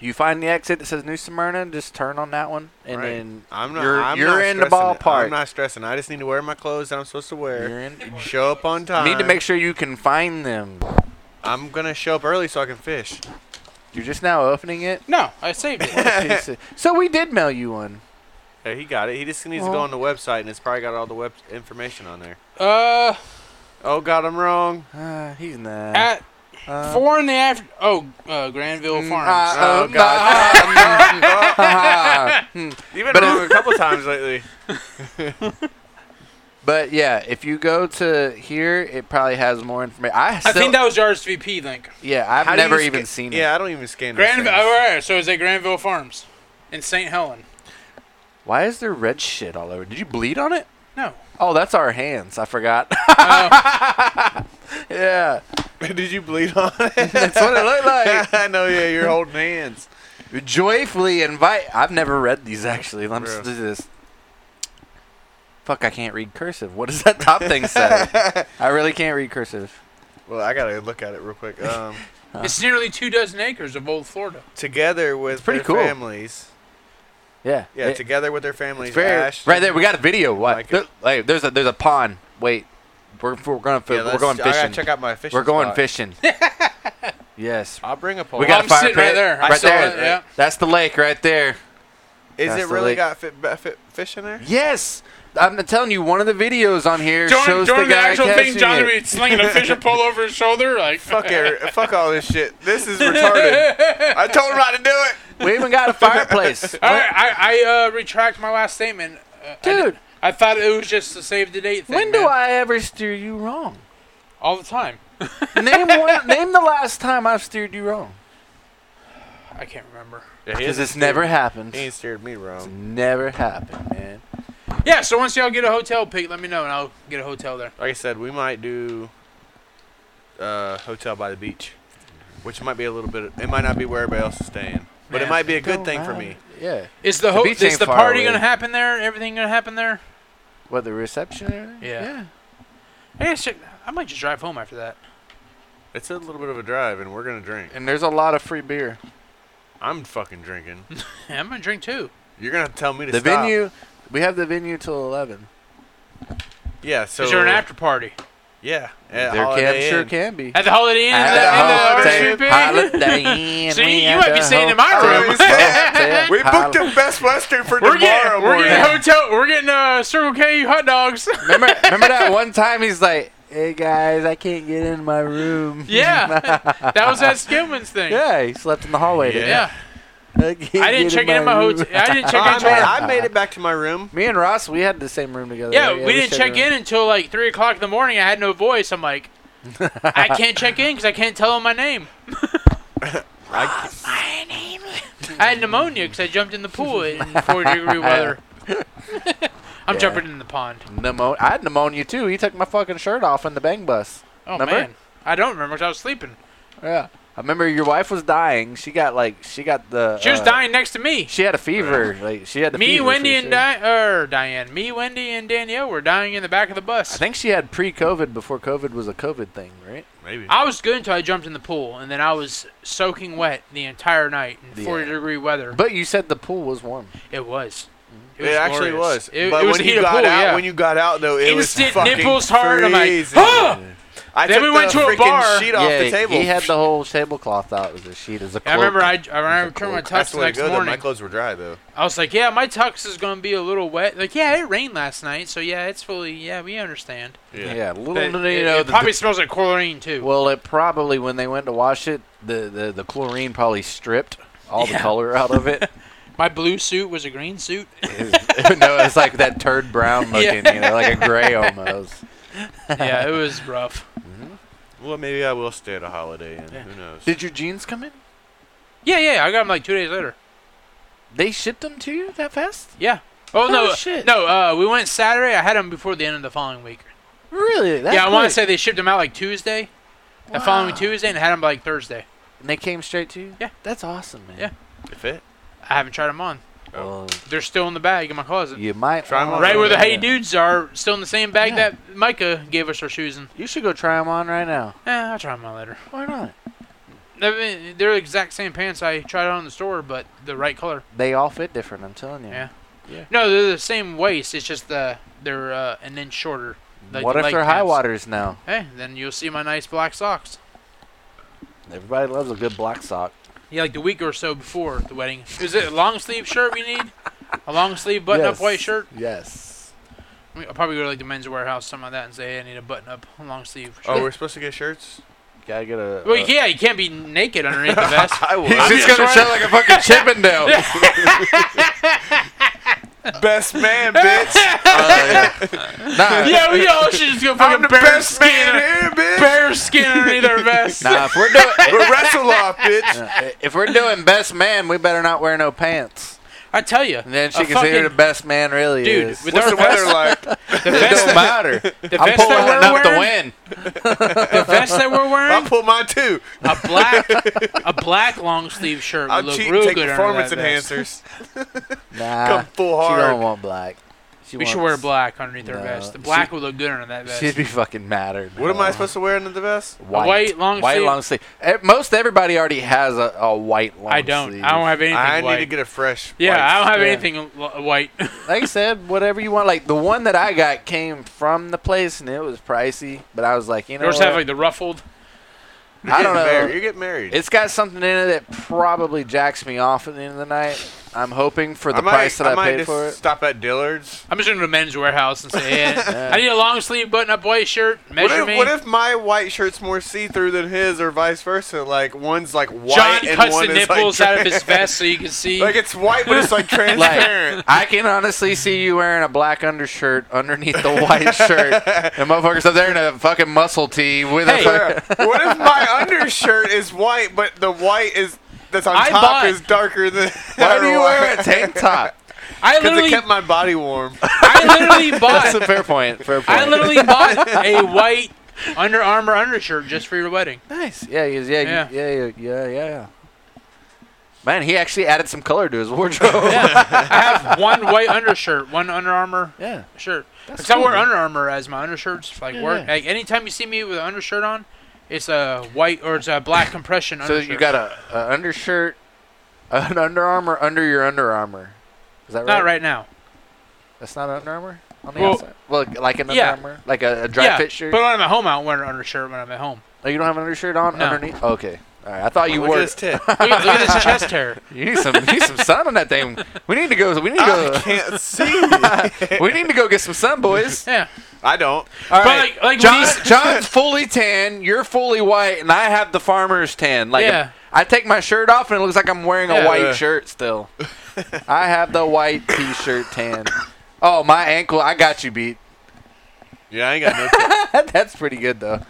You find the exit that says New Smyrna, just turn on that one, and Right. then I'm not. You're- I'm you're not in the stressing it. ballpark. I'm not stressing. I just need to wear my clothes that I'm supposed to wear. you're in. Show up on You time. need to make sure you can find them. I'm gonna show up early so I can fish. You're just now opening it. No, I saved it. Piece of- so we did mail you one. Hey, he got it. He just needs to go Well- on the website, and it's probably got all the web information on there. uh, Oh God, I'm wrong. Uh, he's not. at Uh, four in the after. Oh, uh, Granville mm, Farms. uh, Oh um, God. uh, uh, You've been wrong a couple times lately. but yeah, if you go to here, it probably has more information. I, I still, think that was the RSVP link. yeah, I've How do you never sca- even seen it. Yeah, I don't even scan. those Granville. things. All right, so it's at Granville Farms in St. Helen. Why is there red shit all over? Did you bleed on it? No. Uh, Oh, that's our hands. I forgot. yeah, Did you bleed on it? that's what it looked like. I know. Yeah, you're holding hands. Joyfully invite. I've never read these actually. Let me Bro. just do this. Fuck, I can't read cursive. What does that top thing say? I really can't read cursive. Well, I gotta look at it real quick. Um, It's nearly two dozen acres of old Florida. together with pretty their cool. families. Yeah. Yeah, It- together with their families. it's very- Ashton- right there. We got a video. What? Like it. There- like, there's a there's a pond. Wait, we're we're going fi- Yeah, we're let's- going I fishing. gotta check out my fishing. we're going spot. Oh, fishing. yes. I'll bring a pole. We got I'm a fire sitting pit. right there. I Right saw there. it, yeah. That's the lake right there. Is That's it the really lake. got fi- ba- fi- fish in there? Yes, I'm telling you, one of the videos on here shows the guy catching it. be slinging a fishing pole over his shoulder, like Fuck it. Fuck all this shit. This is retarded. I told him not to do it. We even got a fireplace. All right, I, I uh, retract my last statement, uh, I Dude. did- I, thought it was just a save the date thing. When do man. I ever steer you wrong? All the time. Name one. Name the last time I've steered you wrong. I can't remember. Because it's never happened. He It's ain't steered me wrong. never happened, man. Yeah. So once y'all get a hotel pick, let me know, and I'll get a hotel there. Like I said, we might do uh, hotel by the beach, which might be a little bit. It might not be where everybody else is staying, but Yeah. it might be a good Don't thing for matter. me. Yeah. Is the, The ho- beach is ain't the far party away. gonna happen there? Everything gonna happen there? What the reception? or anything? Yeah. I guess I- I might just drive home after that. It's a little bit of a drive, and we're gonna drink. And there's a lot of free beer. I'm fucking drinking. Yeah, I'm gonna drink too. You're gonna have to tell me to The stop. venue. We have the venue till eleven. Yeah. So is there an after party Yeah. At there Holiday can sure Inn. can be. at the Holiday Inn? At in the the- Holiday in the RSVP? Holiday Inn, See, we you at might be the staying in my hotel. room. Hotel. We booked a Best Western for We're tomorrow getting, we're getting morning. hotel. We're getting uh, Circle K hot dogs. Remember, remember that one time he's like, "Hey guys, I can't get in my room." yeah, that was that Skillman's thing. yeah, he slept in the hallway. didn't he? Yeah. I I didn't check in at my hotel. I didn't check I, into made, our. I made it back to my room. Me and Ross, we had the same room together. Yeah, right? we didn't shared check a room. in until like three o'clock in the morning. I had no voice. I'm like, I can't check in because I can't tell him my name. I, My name. I had pneumonia because I jumped in the pool in 40 degree weather. I'm Yeah. jumping in the pond. Pneumo- I had pneumonia too. He took my fucking shirt off in the bang bus. Oh Remember? man, I don't remember 'cause I was sleeping. Yeah. I remember your wife was dying. She got like she got the. She was uh, dying next to me. She had a fever. Like she had the Me, fever. Wendy, for and sure. Di- er, Diane. Me, Wendy, and Danielle were dying in the back of the I bus. think she had pre-COVID before COVID was a COVID thing, right? maybe. I was good until I jumped in the pool, and then I was soaking wet the entire night in 40 Yeah. degree weather. But Mm-hmm. you said the pool was warm. It was. It, actually glorious. was. It, but it when was the heat you of got pool, out, yeah. when you got out though, it Instant was fucking nipples hard. I'm like, freezing. huh! I Then took we went the to a freaking bar. sheet off the table. He had the whole tablecloth out as a sheet as a I cloak. remember I, I remember It's a turned my cloak. That's tux the the way to next go. Though. morning. My clothes were dry though. I was like, yeah, my tux is gonna be a little wet. Like, yeah, it rained last night, so yeah, it's fully. Yeah, we understand. yeah. little But did it, he know it that probably smells like chlorine the- too. well, it probably when they went to wash it, the the, the chlorine probably stripped all the Yeah. color out of it. my blue suit was a green suit. It was- no, it's like that turd brown looking, you know, like a gray almost. yeah, it was rough. Well, maybe I will stay at a Holiday Inn. Yeah. Who knows? Did your jeans come in? Yeah, yeah, I got them like two days later. They shipped them to you that fast? Yeah. Oh Oh, no, shit. no. Uh, we went Saturday. I had them before the end of the following week. Really? That yeah, I want to say quick? they shipped them out like Tuesday, the following Wow. Tuesday, and had them by, like Thursday. And they came straight to you? Yeah. That's awesome, man. Yeah. it fit? I haven't tried them on. Well, They're still in the bag in my closet. you might Try 'em wanna- on. Right where the Yeah. hey dudes are, still in the same bag Yeah. that Micah gave us our shoes in. You should go try them on right now. Eh, I'll try them on later. Why not? I mean, they're the exact same pants I tried on in the store, but the right color. They all fit different. I'm telling you. Yeah. No, they're the same waist. It's just the they're uh, an inch shorter. like what the if leg they're high pants. waters now? Hey, then you'll see my nice black socks. Everybody loves a good black sock. Yeah, like the week or so before the wedding. Is it a long sleeve shirt we need? A long sleeve button up Yes. white shirt? Yes. I mean, I'll probably go to like the men's warehouse, something like that, and say, hey, I need a button up, a long sleeve. Shirt. Oh, we're supposed to get shirts. Gotta get a. well, yeah, you can't be naked underneath the vest. I will. He's I'm just gonna sound like a fucking Chippendale. best man, bitch. Nah, yeah, we all should just go I'm fucking the bare best man skin, here, bitch. bare skin underneath our vest. nah, if we're doing We're wrestle off, bitch. if we're doing best man, we better not wear no pants. I tell you, And then she a can see who the fucking- best man really Dude, is. with it What's the weather like? don't matter. I'm vest that pulling we're up the wearing? win. the vest that we're I'll wearing, pull mine too. a black, a black long sleeve shirt would I'm look cheating. real Take good under performance that vest. enhancers. Nah, Come full Ah, she hard. don't want black. She We wants, should wear black underneath our No. vest. The She- black would look good under that vest. She'd be fucking mattered. What am I supposed to wear under the vest? to? A white long white sleeve. long sleeve. Eh, Most everybody already has a, a white long. I don't. Sleeve. I don't have anything I need white. to get a fresh. yeah, I white. don't have yeah. anything l- white. Like I said, whatever you want. Like the one that I got came from the place, and it was pricey. But I was like, you know, Yours what? have like the ruffled. You're I don't getting know. married. You're getting married. it's got something in it that probably jacks me off at the end of the night. I'm hoping for the I might, price that I, might paid just for it. Stop at Dillard's. I'm just gonna go to men's warehouse and say, hey, I need a long sleeve button up white shirt. What Measure if, me. what if my white shirt's more see-through than his, or vice versa? Like one's like white John and cuts one the is nipples like, out of his vest so you can see. like it's white, but it's like transparent. I can honestly see you wearing a black undershirt underneath the white shirt. The motherfucker's up there in a fucking muscle tee with Hey. a fucking, Yeah. what if my undershirt is white, but the white is that's on I top bought- is darker than? Why do you wear a tank top? I Because it literally, kept my body warm. I literally That's bought, a fair point. Fair point. I literally bought a white Under Armour undershirt just for your wedding. nice. Yeah, yeah, yeah, Yeah. yeah, yeah, yeah, yeah, yeah. Man, he actually added some color to his wardrobe. I have one white undershirt, one Under Armour yeah. shirt. That's Because I wear cool, man. Under Armour as my undershirts, like Yeah, work. yeah. Like anytime you see me with an undershirt on, it's a white or it's a black compression. So undershirt. you got a, a undershirt, an Under Armour under your Under Armour. Is that right? not right now. That's not Under Armour on the Well- outside. Well, like- like an Under Yeah. Armour, like a, a dry yeah, fit shirt. but when I'm at home, I don't wear an undershirt when I'm at home. oh, you don't have an undershirt on No. underneath. Okay. All right. I thought you Look at were. his tit. Look, at- look at this chest hair. You need some. You need some sun on that thing. We need to go. We need to I go. can't see. We need to go get some sun, boys. Yeah, I don't. All But right. like, like when John, he's- John's fully tan. You're fully white, and I have the farmer's tan. Like Yeah. I take my shirt off, and it looks like I'm wearing a Yeah. white Yeah. shirt still. I have the white t-shirt tan. Oh, my ankle! I got you beat. Yeah, I ain't got no. T- That's pretty good though.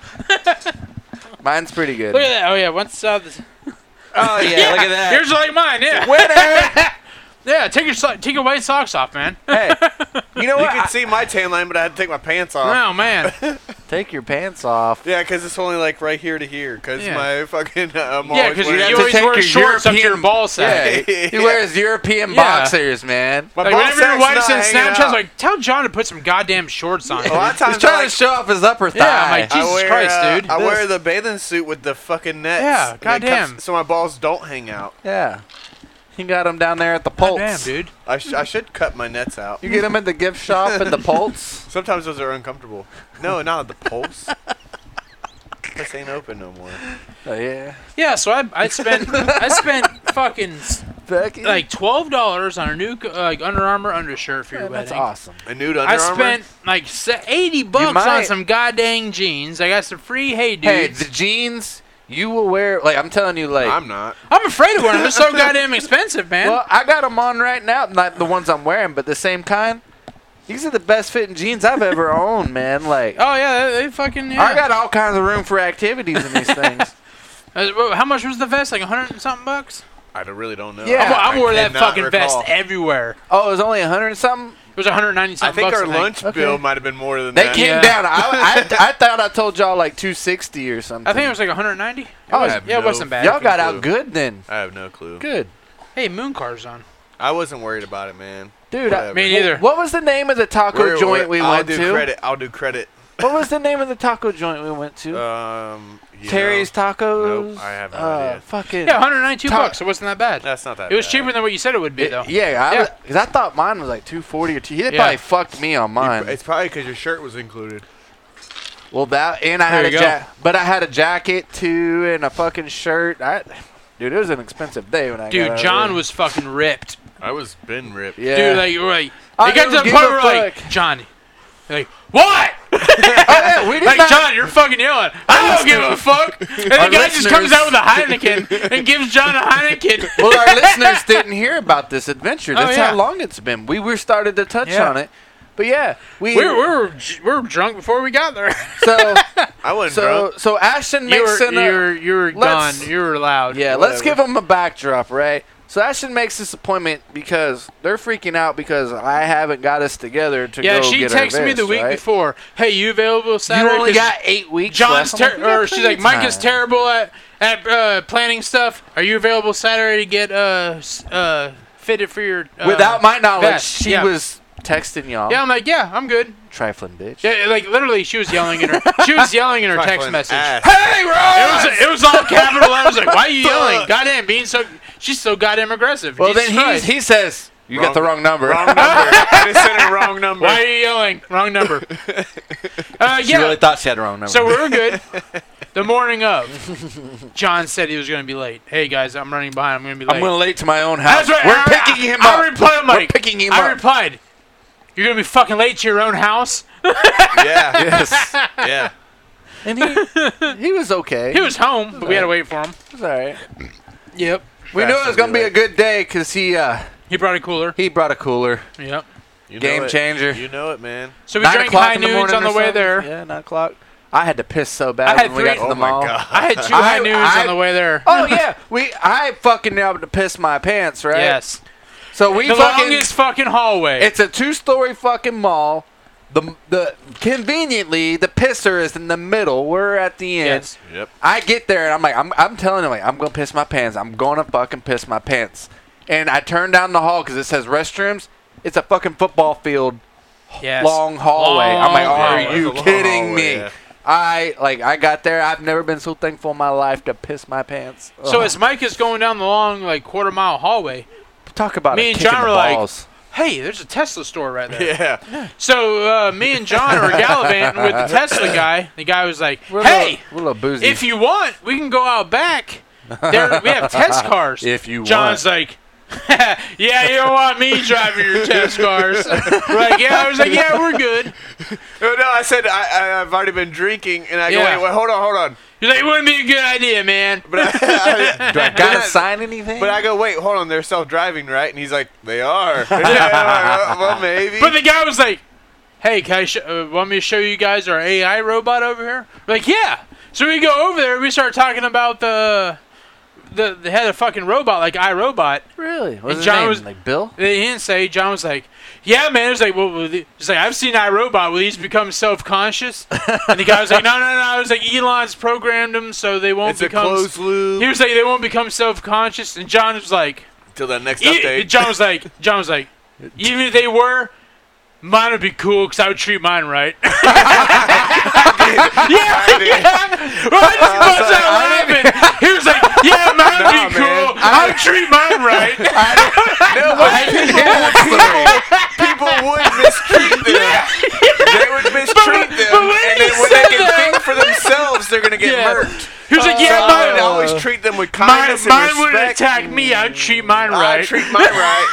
Mine's pretty good. look at that. Oh yeah, once uh, this, Oh yeah, look at that. Here's like mine. Yeah, Winner! yeah. Take your so- take your white socks off, man. hey, you know you what? can I- see my tan line, but I had to take my pants off. Oh man. take your pants off. Yeah, because it's only like right here to here. Because Yeah. my fucking uh, I'm Yeah, always 'cause wearing- you always take wear your shorts up to your European- ball sack. Yeah, he Yeah. wears European Yeah. boxers, man. My Like, ball whenever your sack's wife's not in hanging Snapchat's out. like, tell John to put some goddamn shorts on. a lot of He's times I, trying like, to show off his upper thigh. Yeah, I'm like, I Jesus wear, Christ, uh, dude. I This- wear the bathing suit with the fucking nets. Yeah, and it cups- goddamn. So my balls don't hang out. yeah. He got him down there at the Pulse. Damn, dude. I, sh- I should cut my nets out. You get him at the gift shop at the Pulse. Sometimes those are uncomfortable. No, not at the pulse. this ain't open no more. Oh, yeah. Yeah, so I I spent I spent fucking Becky. like twelve dollars on a new uh, like Under Armour undershirt for your Yeah, wedding. that's awesome. A nude Under I Armour? spent like se- eighty bucks on might- some goddamn jeans. I got some free hey Hey, dudes. the jeans you will wear. Like I'm telling you, like I'm not. I'm afraid of wearing them. They're so goddamn expensive, man. Well, I got them on right now. Not the ones I'm wearing, but the same kind. These are the best fitting jeans I've ever owned, man. Like, oh yeah, they, they fucking. Yeah. I got all kinds of room for activities in these things. Uh, wha- How much was the vest? Like a hundred and something bucks. I don't- really don't know. Yeah. I, wore- I wore that cannot fucking recall. vest everywhere. Oh, it was only a hundred and something. It was 190 I something think bucks. our lunch Okay. bill might have been more than They that. came Yeah. down. I, I, I thought I told y'all like two sixty or something. I think it was like 190. It Oh, was, I yeah, have it no wasn't bad. y'all got clue. out good then. I have no clue. Good, Hey, moon cars on. I wasn't worried about it, man. dude. I, Whatever. Me neither. what was the name of the taco We're- joint we're- we I'll went do to? credit. I'll do credit. What was the name of the taco joint we went to? Um, you Terry's know, Tacos. Nope, I have no uh, idea. Fucking Yeah, 192 Ta- bucks. It wasn't that bad. that's not that. it was bad. cheaper than what you said it would be, It- though. yeah, Yeah. I, because I thought mine was like two forty or two. He Yeah. probably fucked me on You- mine. It's probably because your shirt was included. well, that and I There had a you go. jacket, but I had a jacket too and a fucking shirt. I, dude, it was an expensive day when I. got Dude, out John there. was fucking ripped. I was been ripped. Yeah. Dude, like, you were like, I it got don't to the give point a where, like, fuck. John, like, what? oh, yeah, we did Like, not- John, you're fucking yelling. I don't give a fuck. And the Our guy just comes listeners- out with a Heineken and gives John a Heineken. well, our listeners didn't hear about this adventure. Oh, That's yeah. how long it's been. We were started to touch Yeah. on it, but yeah, we, We were, we, were, j- we were drunk before we got there. so I wasn't so drunk. so. Ashton You makes were, an you were, you were gone. let's- You were loud. Yeah, let's give Whatever. them a backdrop, right? So Ashton makes this appointment because they're freaking out because I haven't got us together to Yeah, go she get texted our me the vest, week right? before. Hey, you available Saturday? You only 'Cause got eight weeks. John's left. I'm ter- "We got or she's plenty like of Mike is time." terrible at at uh, planning stuff. Are you available Saturday to get uh s- uh fitted for your uh, Without my knowledge, vest, she yeah. was texting y'all. Yeah, I'm like, yeah, I'm good. Trifling bitch. Yeah, like literally, she was yelling in her she was yelling in her text Fucking message. ass. Hey, It Ross! was it was all capital. I was like, why are you yelling? Fuck. Goddamn, being so she's so goddamn aggressive. well, Jesus then Christ. he, he says, You got Wrong- the wrong number. Wrong number. I just sent her wrong number. why are you yelling? Wrong number. Uh, she yeah. really thought she had the wrong number. So we were good. The morning of, John said he was going to be late. Hey guys, I'm running behind. I'm going to be late. I'm going to late to my own house. That's right. We're I- picking him I up. replied, I'm We're like, picking him I up. replied, "You're going to be fucking late to your own house." Yeah, yes. yeah. And he, he was okay. He was home, but we had to wait for him. He was all right. Yep. We knew it was Faster going to be relay. a good day because he, uh, He brought a cooler. he brought a cooler. Yep. You know Game it. changer. You know it, man. So we Nine drank o'clock high in the noons morning on the or way something? there. Yeah, nine o'clock. I had to piss so I bad had when we got three- to Oh the my mall. god. I had two I- high noons I- on the way there. Oh yeah, we I fucking had to piss my pants, right? Yes. So we The fucking longest fucking hallway. it's a two-story fucking mall. The the conveniently the pisser is in the middle. We're at the end. yes. Yep. I get there and I'm like, I'm, I'm telling him, like, I'm going to piss my pants. I'm going to fucking piss my pants. And I turn down the hall because it says restrooms. It's a fucking football field, Yes. long hallway. I'm like, Long are hallway. you That's a long kidding hallway, me? yeah. I like I got there. I've never been so thankful in my life to piss my pants. So Ugh. as Mike is going down the long like quarter mile hallway, talk about me a and kick in John the were like- balls. hey, there's a Tesla store right there. Yeah. So uh, me and John are gallivanting with the Tesla guy. The guy was like, We're a hey. little- we're a little boozy. If you want, we can go out back. There, we have test cars. If you John's like, yeah, you don't want me driving your test cars. like, yeah, I was like, yeah, we're good. No, no, I said I, I, I've already been drinking, and I go, Yeah. wait, wait, hold on, hold on. You're like, it wouldn't be a good idea, man. But I, Do I gotta But I- sign anything? but I go, wait, hold on. They're self-driving, right? And he's like, they are. Yeah, I'm like, well, maybe. But the guy was like, hey, can I sh- uh, want me to show you guys our AI robot over here? We're like, yeah. So we go over there, we start talking about the the, the head of fucking robot, like iRobot. really? What's his John name? was- like Bill? They didn't say. John was like, "Yeah, man." It's like, "Well, will the- it's like I've seen iRobot. Will these become self-conscious?" And the guy was like, "No, no, no." I was like, "Elon's programmed them, so they won't it's a become." closed loop he was like, "They won't become self-conscious." And John was like, until that next e- update. "John was like, John was like, even if they were." Mine would be cool because I would treat mine right. yeah, yeah. Well, I just bust out laughing. He was like, "Yeah, mine would Nah, be man. cool. I would treat mine right." No, but people, would, people would mistreat them. They would mistreat But- them, but when and he then when they said can that- think for themselves, they're gonna get Yeah. murked. He was like, So "Yeah, I would mine, always treat them with Mine, kindness mine and wouldn't respect. attack me. I'd treat mine right. I treat mine right,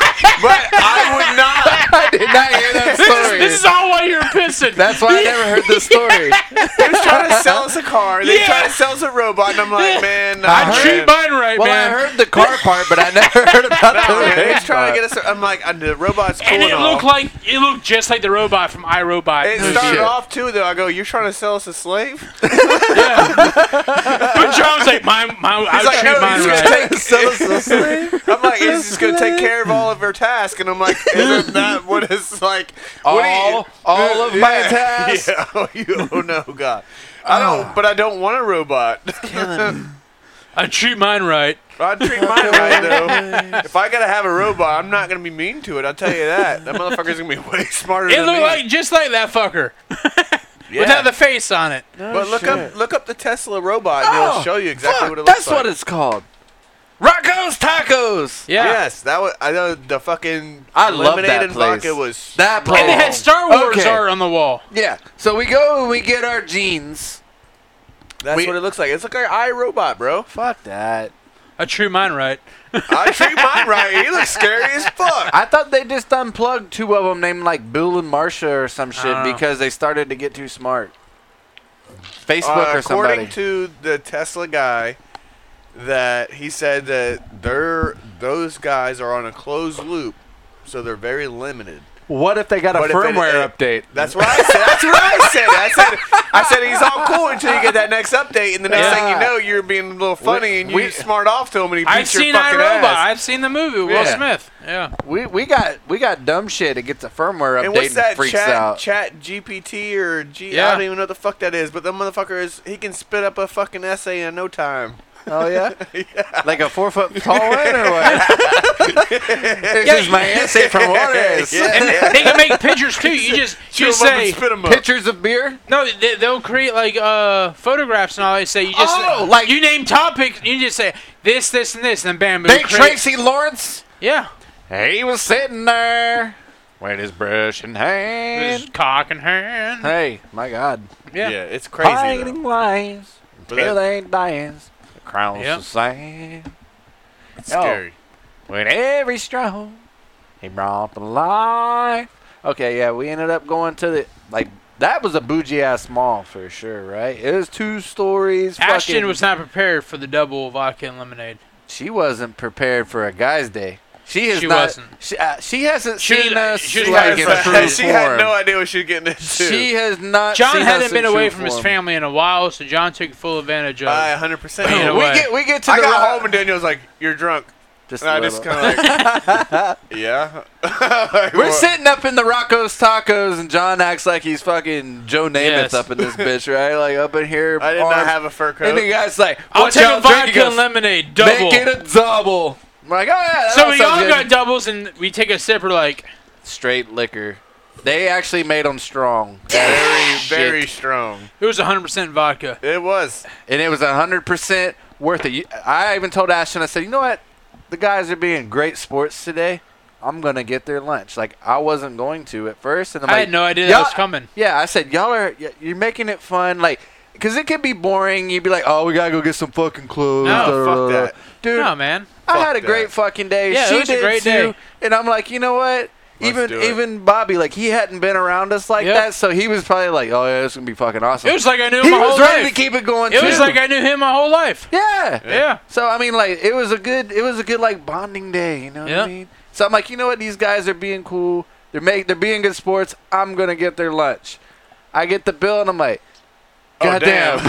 but I would not. I did not hear that this, is, this is all why you're pissing. That's why I never heard this story. They was trying to sell us a car. They Yeah. try to sell us a robot, and I'm like, man, nah, I man. treat mine right, Well, man. I heard the car part, but I never heard about Nah, the man, they race was trying to part. get us. A, I'm like, uh, the robot's cool and it all. looked like it looked just like the robot from iRobot. it Oh, started shit. off too though. I go, you're trying to sell us a slave? But John was like, "Mine, mine, I He's like, treat no, mine he's right." gonna take So- so- so- I'm like, it's just gonna take care of all of her tasks, and I'm like, isn't that what it's like? What do you- All, all of my Yeah. tasks. Yeah. Oh, you, oh no, God. Oh. I don't, but I don't want a robot. I treat mine right. I treat mine right though. If I gotta have a robot, I'm not gonna be mean to it. I'll tell you that. That motherfucker's gonna be way smarter. It than looked me. like just like that fucker yeah. without the face on it. But look up, look up the Tesla robot, and Oh, it'll show you exactly Fuck, what it looks that's like. what it's called. Rocco's Tacos. Yeah. Yes, that was. I know the fucking I love that lemonade and place. vodka was. That strong. place. And they had Star Wars Oh. Okay. art on the wall. Yeah. So we go and we get our jeans. That's we- what it looks like. It's like an iRobot, bro. Fuck that. I treat mine right. I treat mine right. He looks scary as fuck. I thought they just unplugged two of them named like Bill and Marsha or some shit don't know. because they started to get too smart. Facebook Uh, or somebody. according to the Tesla guy, that he said that they're those guys are on a closed loop, so they're very limited. what if they got a But if it- firmware it- update? That's what I said. That's what I said. I said I said he's all cool until you get that next update, and the next thing Yeah. you know, you're being a little funny and you we- smart off to him, and he beats I've your seen fucking iRobot. ass. I've seen the movie. with Will Yeah. Smith. Yeah. We we got we got dumb shit. It gets a firmware update And what's that freaks chat out. chat GPT or G? Yeah. I don't even know what the fuck that is, but the motherfucker is he can spit up a fucking essay in no time. Oh yeah, like a four foot tall one or what? this is my essay from Juarez. And they can make pictures too. You just Chew 'em just up and say spit 'em up. Pictures of beer. No, they, they'll create like uh, photographs and all. They say you just Oh, like you name topics. You just say this, this, and this, and bam, they Big create- Tracy Lawrence. Yeah, He was sitting there with his brush in hand. Just cock and hand. Hey, my God. Yeah. it's crazy. Hiding lies But till that- they dying. The crown's Yep. the same. It's Oh. scary. With every stroke, he brought the life. Okay, yeah, we ended up going to the like that was a bougie ass mall for sure, right? It was two stories. Ashton fucking- was not prepared for the double vodka and lemonade. She wasn't prepared for a guy's day. She is She not. wasn't. She, uh, she hasn't She- seen us she was like not in prepared. true she had form. no idea what she was getting into. She has not. John seen hadn't us been in away true from his form. family in a while, so John took full advantage of. I it. 100. percent Man, We away. get we get to I the got ro- home and Daniel's like, "You're drunk," Just and I a just little. kind of like, "Yeah." Like, We're what? sitting up in the Rocco's Tacos, and John acts like he's fucking Joe Namath Yes. up in this bitch, right? Like up in here. I did not arms- have a fur coat. And the guy's like, I'll "What take y'all a vodka drinking?" and lemonade Make double. it a double. I'm like, oh yeah. that so all we sounds all good." got doubles, and we take a sip. We're like, straight liquor. They actually made them strong, very, very Shit. strong. it was 100% vodka. It was. and it was hundred percent worth it. You- I even told Ashton, I said, you know what? The guys are being great sports today. I'm gonna get their lunch. Like I wasn't going to at first, and I'm I like, had no idea "Y'all- that was coming. Yeah, I said y'all are y- you're making it fun. Like because it could be boring. You'd be like, "Oh, we gotta go get some fucking clothes." No, da, da, fuck da, da." that. dude. no, man. I Fuck had a that. great fucking day. Yeah, it she was a did great too. day. And I'm like, you know what? Let's Even do it. even Bobby, like he hadn't been around us like Yep. that, so he was probably like, "Oh yeah, it's gonna be fucking awesome." It was like I knew him he my whole was ready life. to keep it going. It too. was like I knew him my whole life. yeah. Yeah. So I mean, like it was a good, it was a good like bonding day. You know what Yeah. I mean? So I'm like, you know what? These guys are being cool. They're make, they're being good sports. I'm gonna get their lunch. I get the bill and I'm like, Oh, God damn.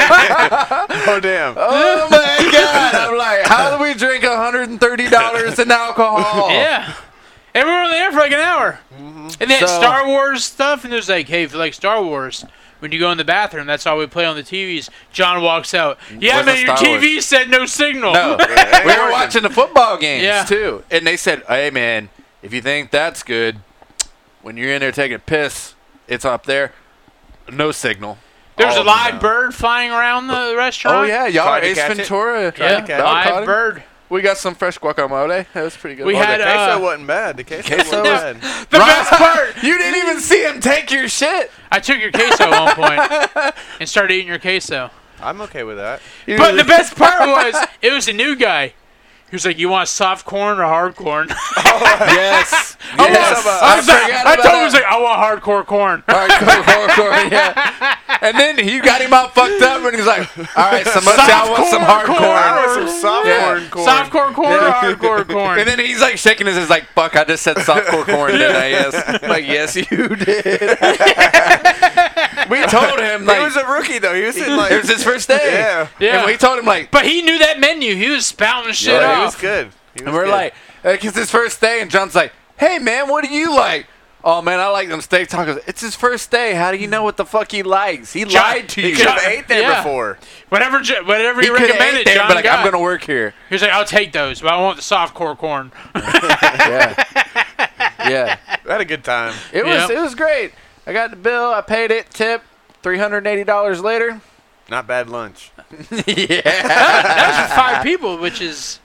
oh damn. oh my god! I'm like, how do we drink 130 dollars in alcohol? Yeah. And we were only there for like an hour. And they had Mm-hmm. So- Star Wars stuff, and there's like, hey, if you like Star Wars, when you go in the bathroom, that's all we play on the TVs. John walks out. Yeah, Where's man, the your Star TV said no signal. No, we were watching the football games Yeah. too, and they said, "Hey man, if you think that's good, when you're in there taking a piss, it's up there, no signal." There's a Oh, live no. bird flying around the restaurant. Oh yeah, y'all Tried are to Ace catch it. Tried Ventura. to Yeah, catch it. live bird. We got some fresh guacamole. That was pretty good. We Oh, had the uh, queso wasn't bad. The queso, queso wasn't was- bad. the best part. You didn't even see him take your shit. I took your queso at one point and started eating your queso. I'm okay with that. But the best part was it was a new guy. He was like, "You want soft corn or hard corn?" yes. I, yes. want, I, was like- uh, forgot I about told him I that. was like, "I want hardcore corn." All right, go, go, go, yeah. And then he got him all fucked up, and he's like, "All right, some much I want some Soft corn, hardcore." I want some soft Yeah. corn corn. Soft corn corn or Yeah. hardcore corn? And then he's like shaking his head, like, "Fuck, I just said softcore corn, did I?" Yes, I'm like, yes, you did. we told him like he was a rookie though. He was sitting like it was his first day. Yeah. Yeah. And we told him like, but he knew that menu. He was spouting shit Yeah, Yeah, he off. was good. He was and we're good. like, like, it's his first day, and John's like, "Hey man, what do you like?" Oh man, I like them steak tacos. It's his first day. How do you know what the fuck he likes? He John- lied to he you. could have John- ate there yeah. before. Whatever, Jo- whatever He you could've ate recommended, there, John but like, got. I'm gonna work here. he was like, "I'll take those, but I want the soft core corn." Yeah, yeah. We had a good time. It Yep. was it was great. I got the bill. I paid it. Tip. Three hundred eighty dollars later. Not bad lunch. yeah. That was for five people, which is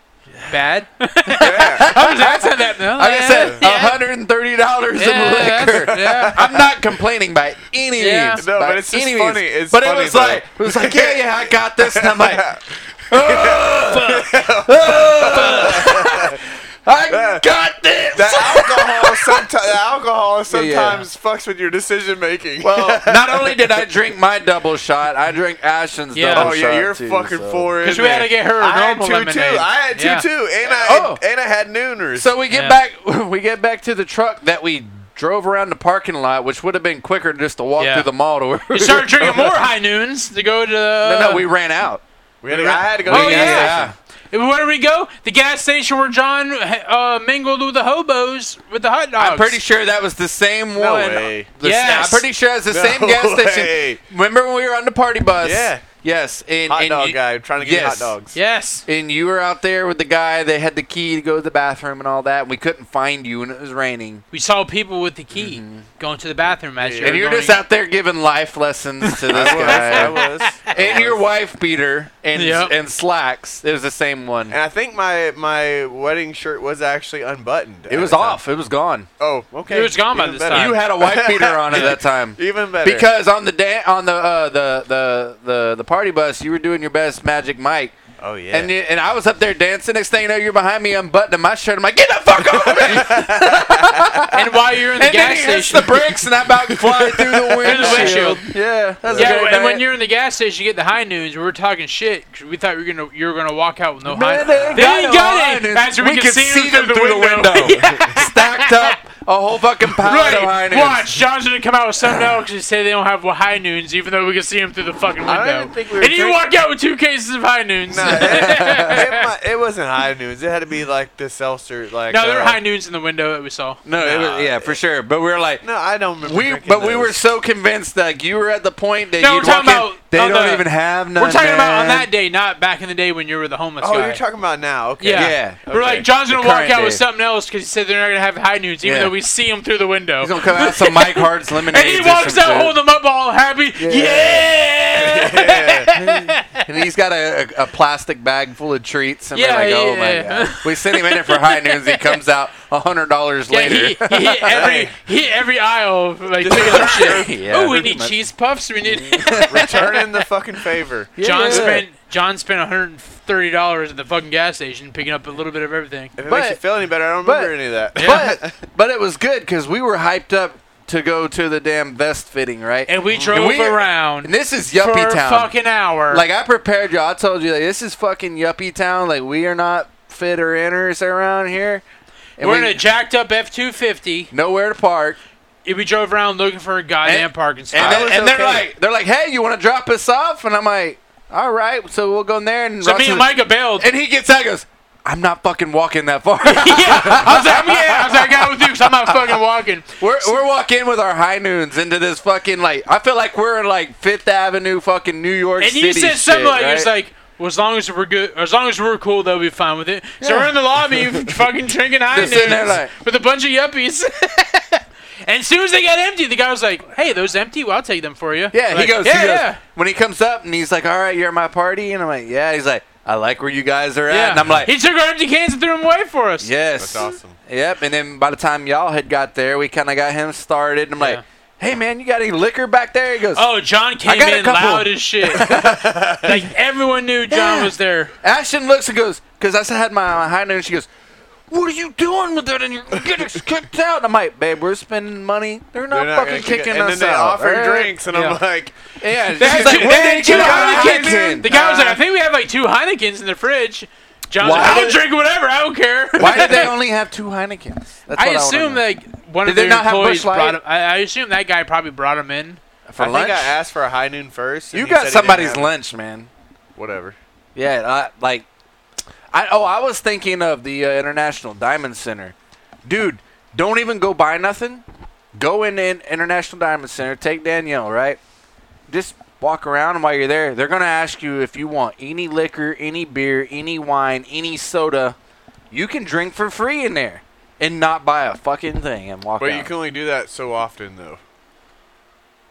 bad. Yeah. I was outside that. No, I just said hundred and thirty dollars yeah, in liquor. that's- yeah. I'm not complaining by any Yeah. means. No, by but it's just any funny. means. It's but funny, it was though. like it was like yeah yeah I got this and I'm like "Uh, uh, I got this. The alcohol, sometimes, the alcohol sometimes fucks with your decision making. well, not only did I drink my double shot, I drank Ashton's Yeah. double oh shot. yeah, you're too, fucking so. four. Because Because we had to get her a I had normal two lemonade. two. I had two Yeah. two, and I Oh. and I had nooners. So we get Yeah. back we get back to the truck that we drove around the parking lot, which would have been quicker just to walk Yeah. through the mall to where You started drinking more high noons to go to. No, no, we ran out. we had to, I had to go. uh, Oh, to the yeah. gas station. Where did we go? The gas station where John uh, mingled with the hobos with the hot dogs. I'm pretty sure that was the same No one. way. The- Yes. I'm pretty sure that's the No same gas way. station. Remember when we were on the party bus? Yeah. Yes. And, Hot and dog you, guy trying to get hot Yes. dogs. Yes. And you were out there with the guy that had the key to go to the bathroom and all that. And we couldn't find you, and it was raining. We saw people with the key going to the bathroom as you Yeah. were and you're going- just out there giving life lessons to this I was. I guy. was. I and your was. wife beater and Yep. and slacks. It was the same one. And I think my my wedding shirt was actually unbuttoned. It at was the time. off. It was gone. Oh, okay. It was gone by Even this better. time. You had a wife beater on at that time. Even better. Because on the da- on the, uh, the the the the party bus, you were doing your best Magic Mike, oh yeah. and you, and I was up there dancing. Next thing you know, you're behind me unbuttoning my shirt. I'm like, get the fuck off of me! And while you're in the and then gas he hits station, the bricks, and I about fly Through through the the windshield. windshield. yeah, that's yeah. a great And when night. you're in the gas station, you get the high noons. We were talking shit 'cause we thought you were gonna you were gonna walk out with no high. Man, they ain't got no high got it. noons. As we, We can, could see, see them through, the window. stacked up a whole fucking pile of high Right. noons. Watch. John's gonna come out with something else because say they don't have high noons, even though we can see them through the fucking window. I don't even think we were and you drinking- walk out with two cases of high noons. No, it, it, might- it wasn't high news. It had to be like the seltzer. Like No, there were uh, high noons in the window that we saw. No, it was, yeah, for sure. But we were like, No, I don't remember. we drinking but we those. were so convinced that you were at the point that No, you'd we're talking walk in, about they on don't the- even have none. We're talking about on man." that day, not back in the day when you were the homeless Oh, guy. you're talking about now. Okay. Yeah. Yeah, We're like, John's going to The walk current out with day. something else because he said they're not going to have high noons, even Yeah. though we see him through the window. He's gonna come out with some Mike Hart's lemonade. And he walks out holding them up all happy. Yeah! yeah. and he's got a, a, a plastic bag full of treats, and Yeah, we're like, "Oh yeah. my god!" We sent him in there for high news. He comes out a hundred dollars Yeah, later. he, he hit every he hit every aisle like picking up shit. Yeah, oh, we pretty need much. cheese puffs. We need Returning the fucking favor. John Yeah. spent John spent 130 dollars at the fucking gas station picking up a little bit of everything. If it But- makes you feel any better, I don't but- remember any of that. but but it was good because we were hyped up to go to the damn vest fitting, right? And we drove we- around And this is for yuppie a town. fucking hour. like I prepared you. I told you like this is fucking yuppie town. Like we are not fit or inners around here. And we're in we- a jacked up F250. nowhere to park. and We drove around looking for a goddamn And- parking And, spot. I then, was and they're okay. like, they're like, hey, you want to drop us off? And I'm like, all right. So we'll go in there. And so me Russell- and Micah bailed. and he gets out, and goes, I'm not fucking walking that far. yeah, I was like, yeah, I was like, I got with you 'cause I'm not fucking walking. we're we're walking with our high noons into this fucking like. I feel like we're in like Fifth Avenue, fucking New York And City. you said shit, something like, right? it's like, well, as long as we're good, as long as we're cool, they'll be fine with it. So Yeah. we're in the lobby, fucking drinking high Just sitting there noons like- with a bunch of yuppies. and as soon as they got empty, the guy was like, "Hey, those empty? Well, I'll take them for you." Yeah, he Like, goes. Yeah, he goes, yeah. When he comes up and he's like, "All right, you're at my party," and I'm like, "Yeah." He's like, "I like where you guys are at," yeah. and I'm like, he took our empty cans and threw them away for us. "Yes, That's awesome. yep." And then by the time y'all had got there, we kind of got him started. And I'm Yeah. like, "Hey, man, you got any liquor back there?" He goes, Oh, John came got a in couple. loud as shit. like everyone knew John Yeah. was there. Ashton looks and goes, because I had my, my high noon. and She goes, "What are you doing with that? And you're getting us kicked out." And I'm like, "Babe, we're spending money. They're They're not, not fucking gonna kick it. kicking and us then they out." offer All right. drinks, and Yeah. I'm like, They Yeah, she's had like, two- "What they are had you two doing with Heinekens. kicking?" The guy was like, Uh, "I think we have like two Heinekens in the fridge." John's Why like, "I did- would drink whatever. I don't care." Why did they only have two Heinekens? That's I what wanna assume know. like one Did of they their not have employees Busch Light? brought him. I, I assume that guy probably brought him in. for I lunch. think I asked for a high noon first. and You he said got he somebody's didn't have lunch, man. it. Whatever. Yeah, I, like, I oh, I was thinking of the uh, International Diamond Center, dude. Don't even go buy nothing. Go in the in International Diamond Center. Take Danielle, right? Just walk around, and while you're there, they're gonna ask you if you want any liquor, any beer, any wine, any soda. You can drink for free in there and not buy a fucking thing and walk But out. you can only do that so often, though.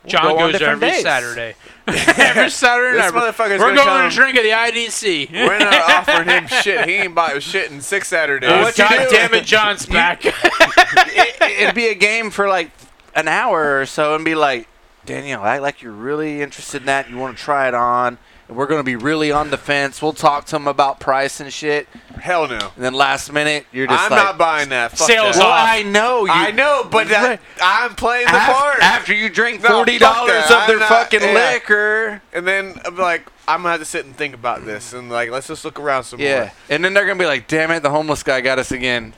John go on goes different every days. Saturday. every Saturday This night. motherfucker's We're gonna going come- to drink at the IDC. We're not offering him shit. He ain't bought shit in six Saturdays. Oh, What you God doing? damn it, John's back. it'd be a game for like an hour or so and be like, Danielle, I like you're really interested in that. You want to try it on. And we're going to be really on the fence. We'll talk to them about price and shit. Hell no. And then last minute, you're just I'm like, not buying that. Fuck Sales that. well, off. I know you. I know, but that, I'm playing the Af- part. After you drink No, fuck forty dollars that. of I'm their not- fucking yeah. liquor, and then I'm like, I'm gonna have to sit and think about this, and like, let's just look around some yeah, more. and then they're gonna be like, "Damn it, the homeless guy got us again.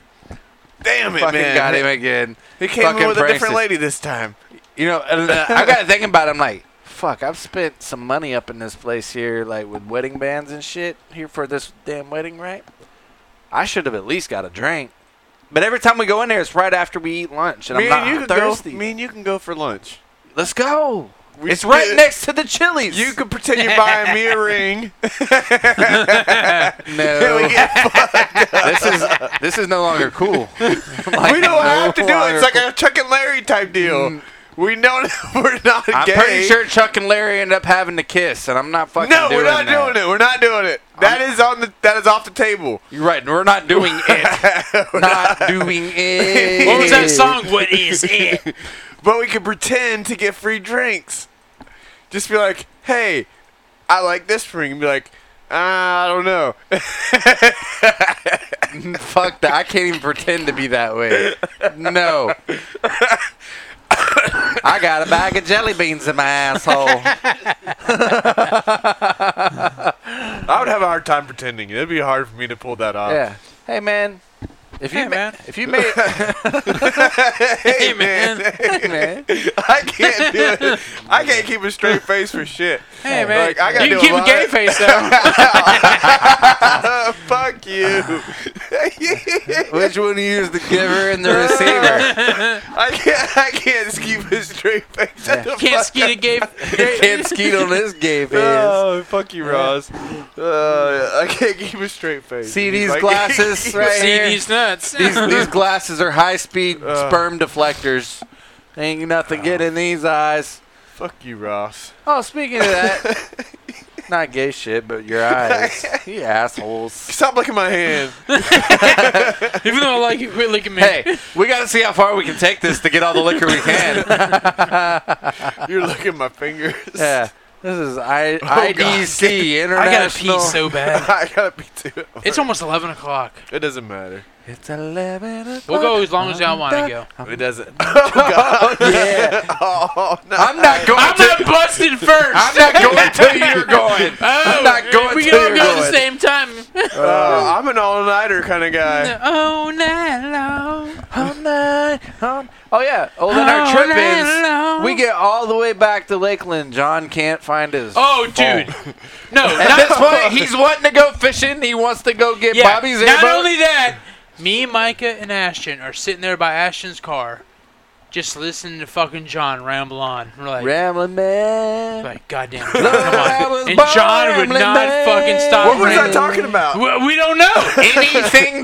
Damn it, fucking man. got him again." He came Fucking in with a different prices. lady this time. You know, and, uh, I got to thinking about it. I'm like, fuck, I've spent some money up in this place here, like with wedding bands and shit, here for this damn wedding, right? I should have at least got a drink. But every time we go in there, it's right after we eat lunch, and me I'm not and you can go. thirsty. Me and you can go for lunch. Let's go. We it's right could- next to the Chili's. You could pretend you're buying me a ring. no. we get- this is this is no longer cool. Like, we don't have to no do it. longer It's like a Chuck and Larry type deal. We know we're not I'm gay. pretty sure Chuck and Larry end up having to kiss, and I'm not fucking. No, doing we're not that. doing it. We're not doing it. That is on the. That is off the table. You're right. We're not doing it. not doing it. what was that song? What is it? But we can pretend to get free drinks. Just be like, hey, I like this ring. And be like, ah, I don't know. Fuck that. I can't even pretend to be that way. No. I got a bag of jelly beans in my asshole. I would have a hard time pretending. It'd be hard for me to pull that off. Yeah. Hey man. If you Hey, ma- man. if you made Hey, man. hey, man. I can't do it. I can't keep a straight face for shit. Hey, man. Like, I gotta you do can keep a a lot. gay face, though. Uh, fuck you. Which one do you use the giver and the receiver? I can't. I can't just keep a straight face. What the Can't fuck? skeet a gay you can't skeet on this gay face. Oh, fuck you, Roz. Uh, I can't keep a straight face. See these Like- glasses right See here? these nuts. These, these glasses are high speed Uh. Ugh. sperm deflectors. Ain't nothing getting these eyes. Fuck you, Ross. Oh, speaking of that, not gay shit, but your eyes, you assholes. Stop licking my hand. Even though I like you, quit licking me. Hey, we got to see how far we can take this to get all the liquor we can. You're licking my fingers. yeah, this is I, God. IDC International. I gotta pee so bad. I gotta be too. It's almost eleven o'clock. It doesn't matter. It's eleven. O'clock. We'll go as long as y'all want to go. It doesn't. Oh, God. Yeah, Oh, no. I'm not going I'm to. not busted first. I'm not going till you're going. Oh, I'm not going We till can all you're go at the same going. time. Oh. Uh, I'm an all-nighter kind of guy. Oh, night long. All night, all- Oh yeah. Well then All our trip night ends. long. We get all the way back to Lakeland. John can't find his. Oh, dude. No, At not, this point, he's wanting to go fishing. He wants to go get yeah, Bobby's Not airboat. only that, me, Micah, and Ashton are sitting there by Ashton's car, just listening to fucking John ramble on. We're like, Rambling man. like goddamn, Lord, John, come I on. was And John would rambling not man. fucking stop. What was I rambling. talking about? We, we don't know. Anything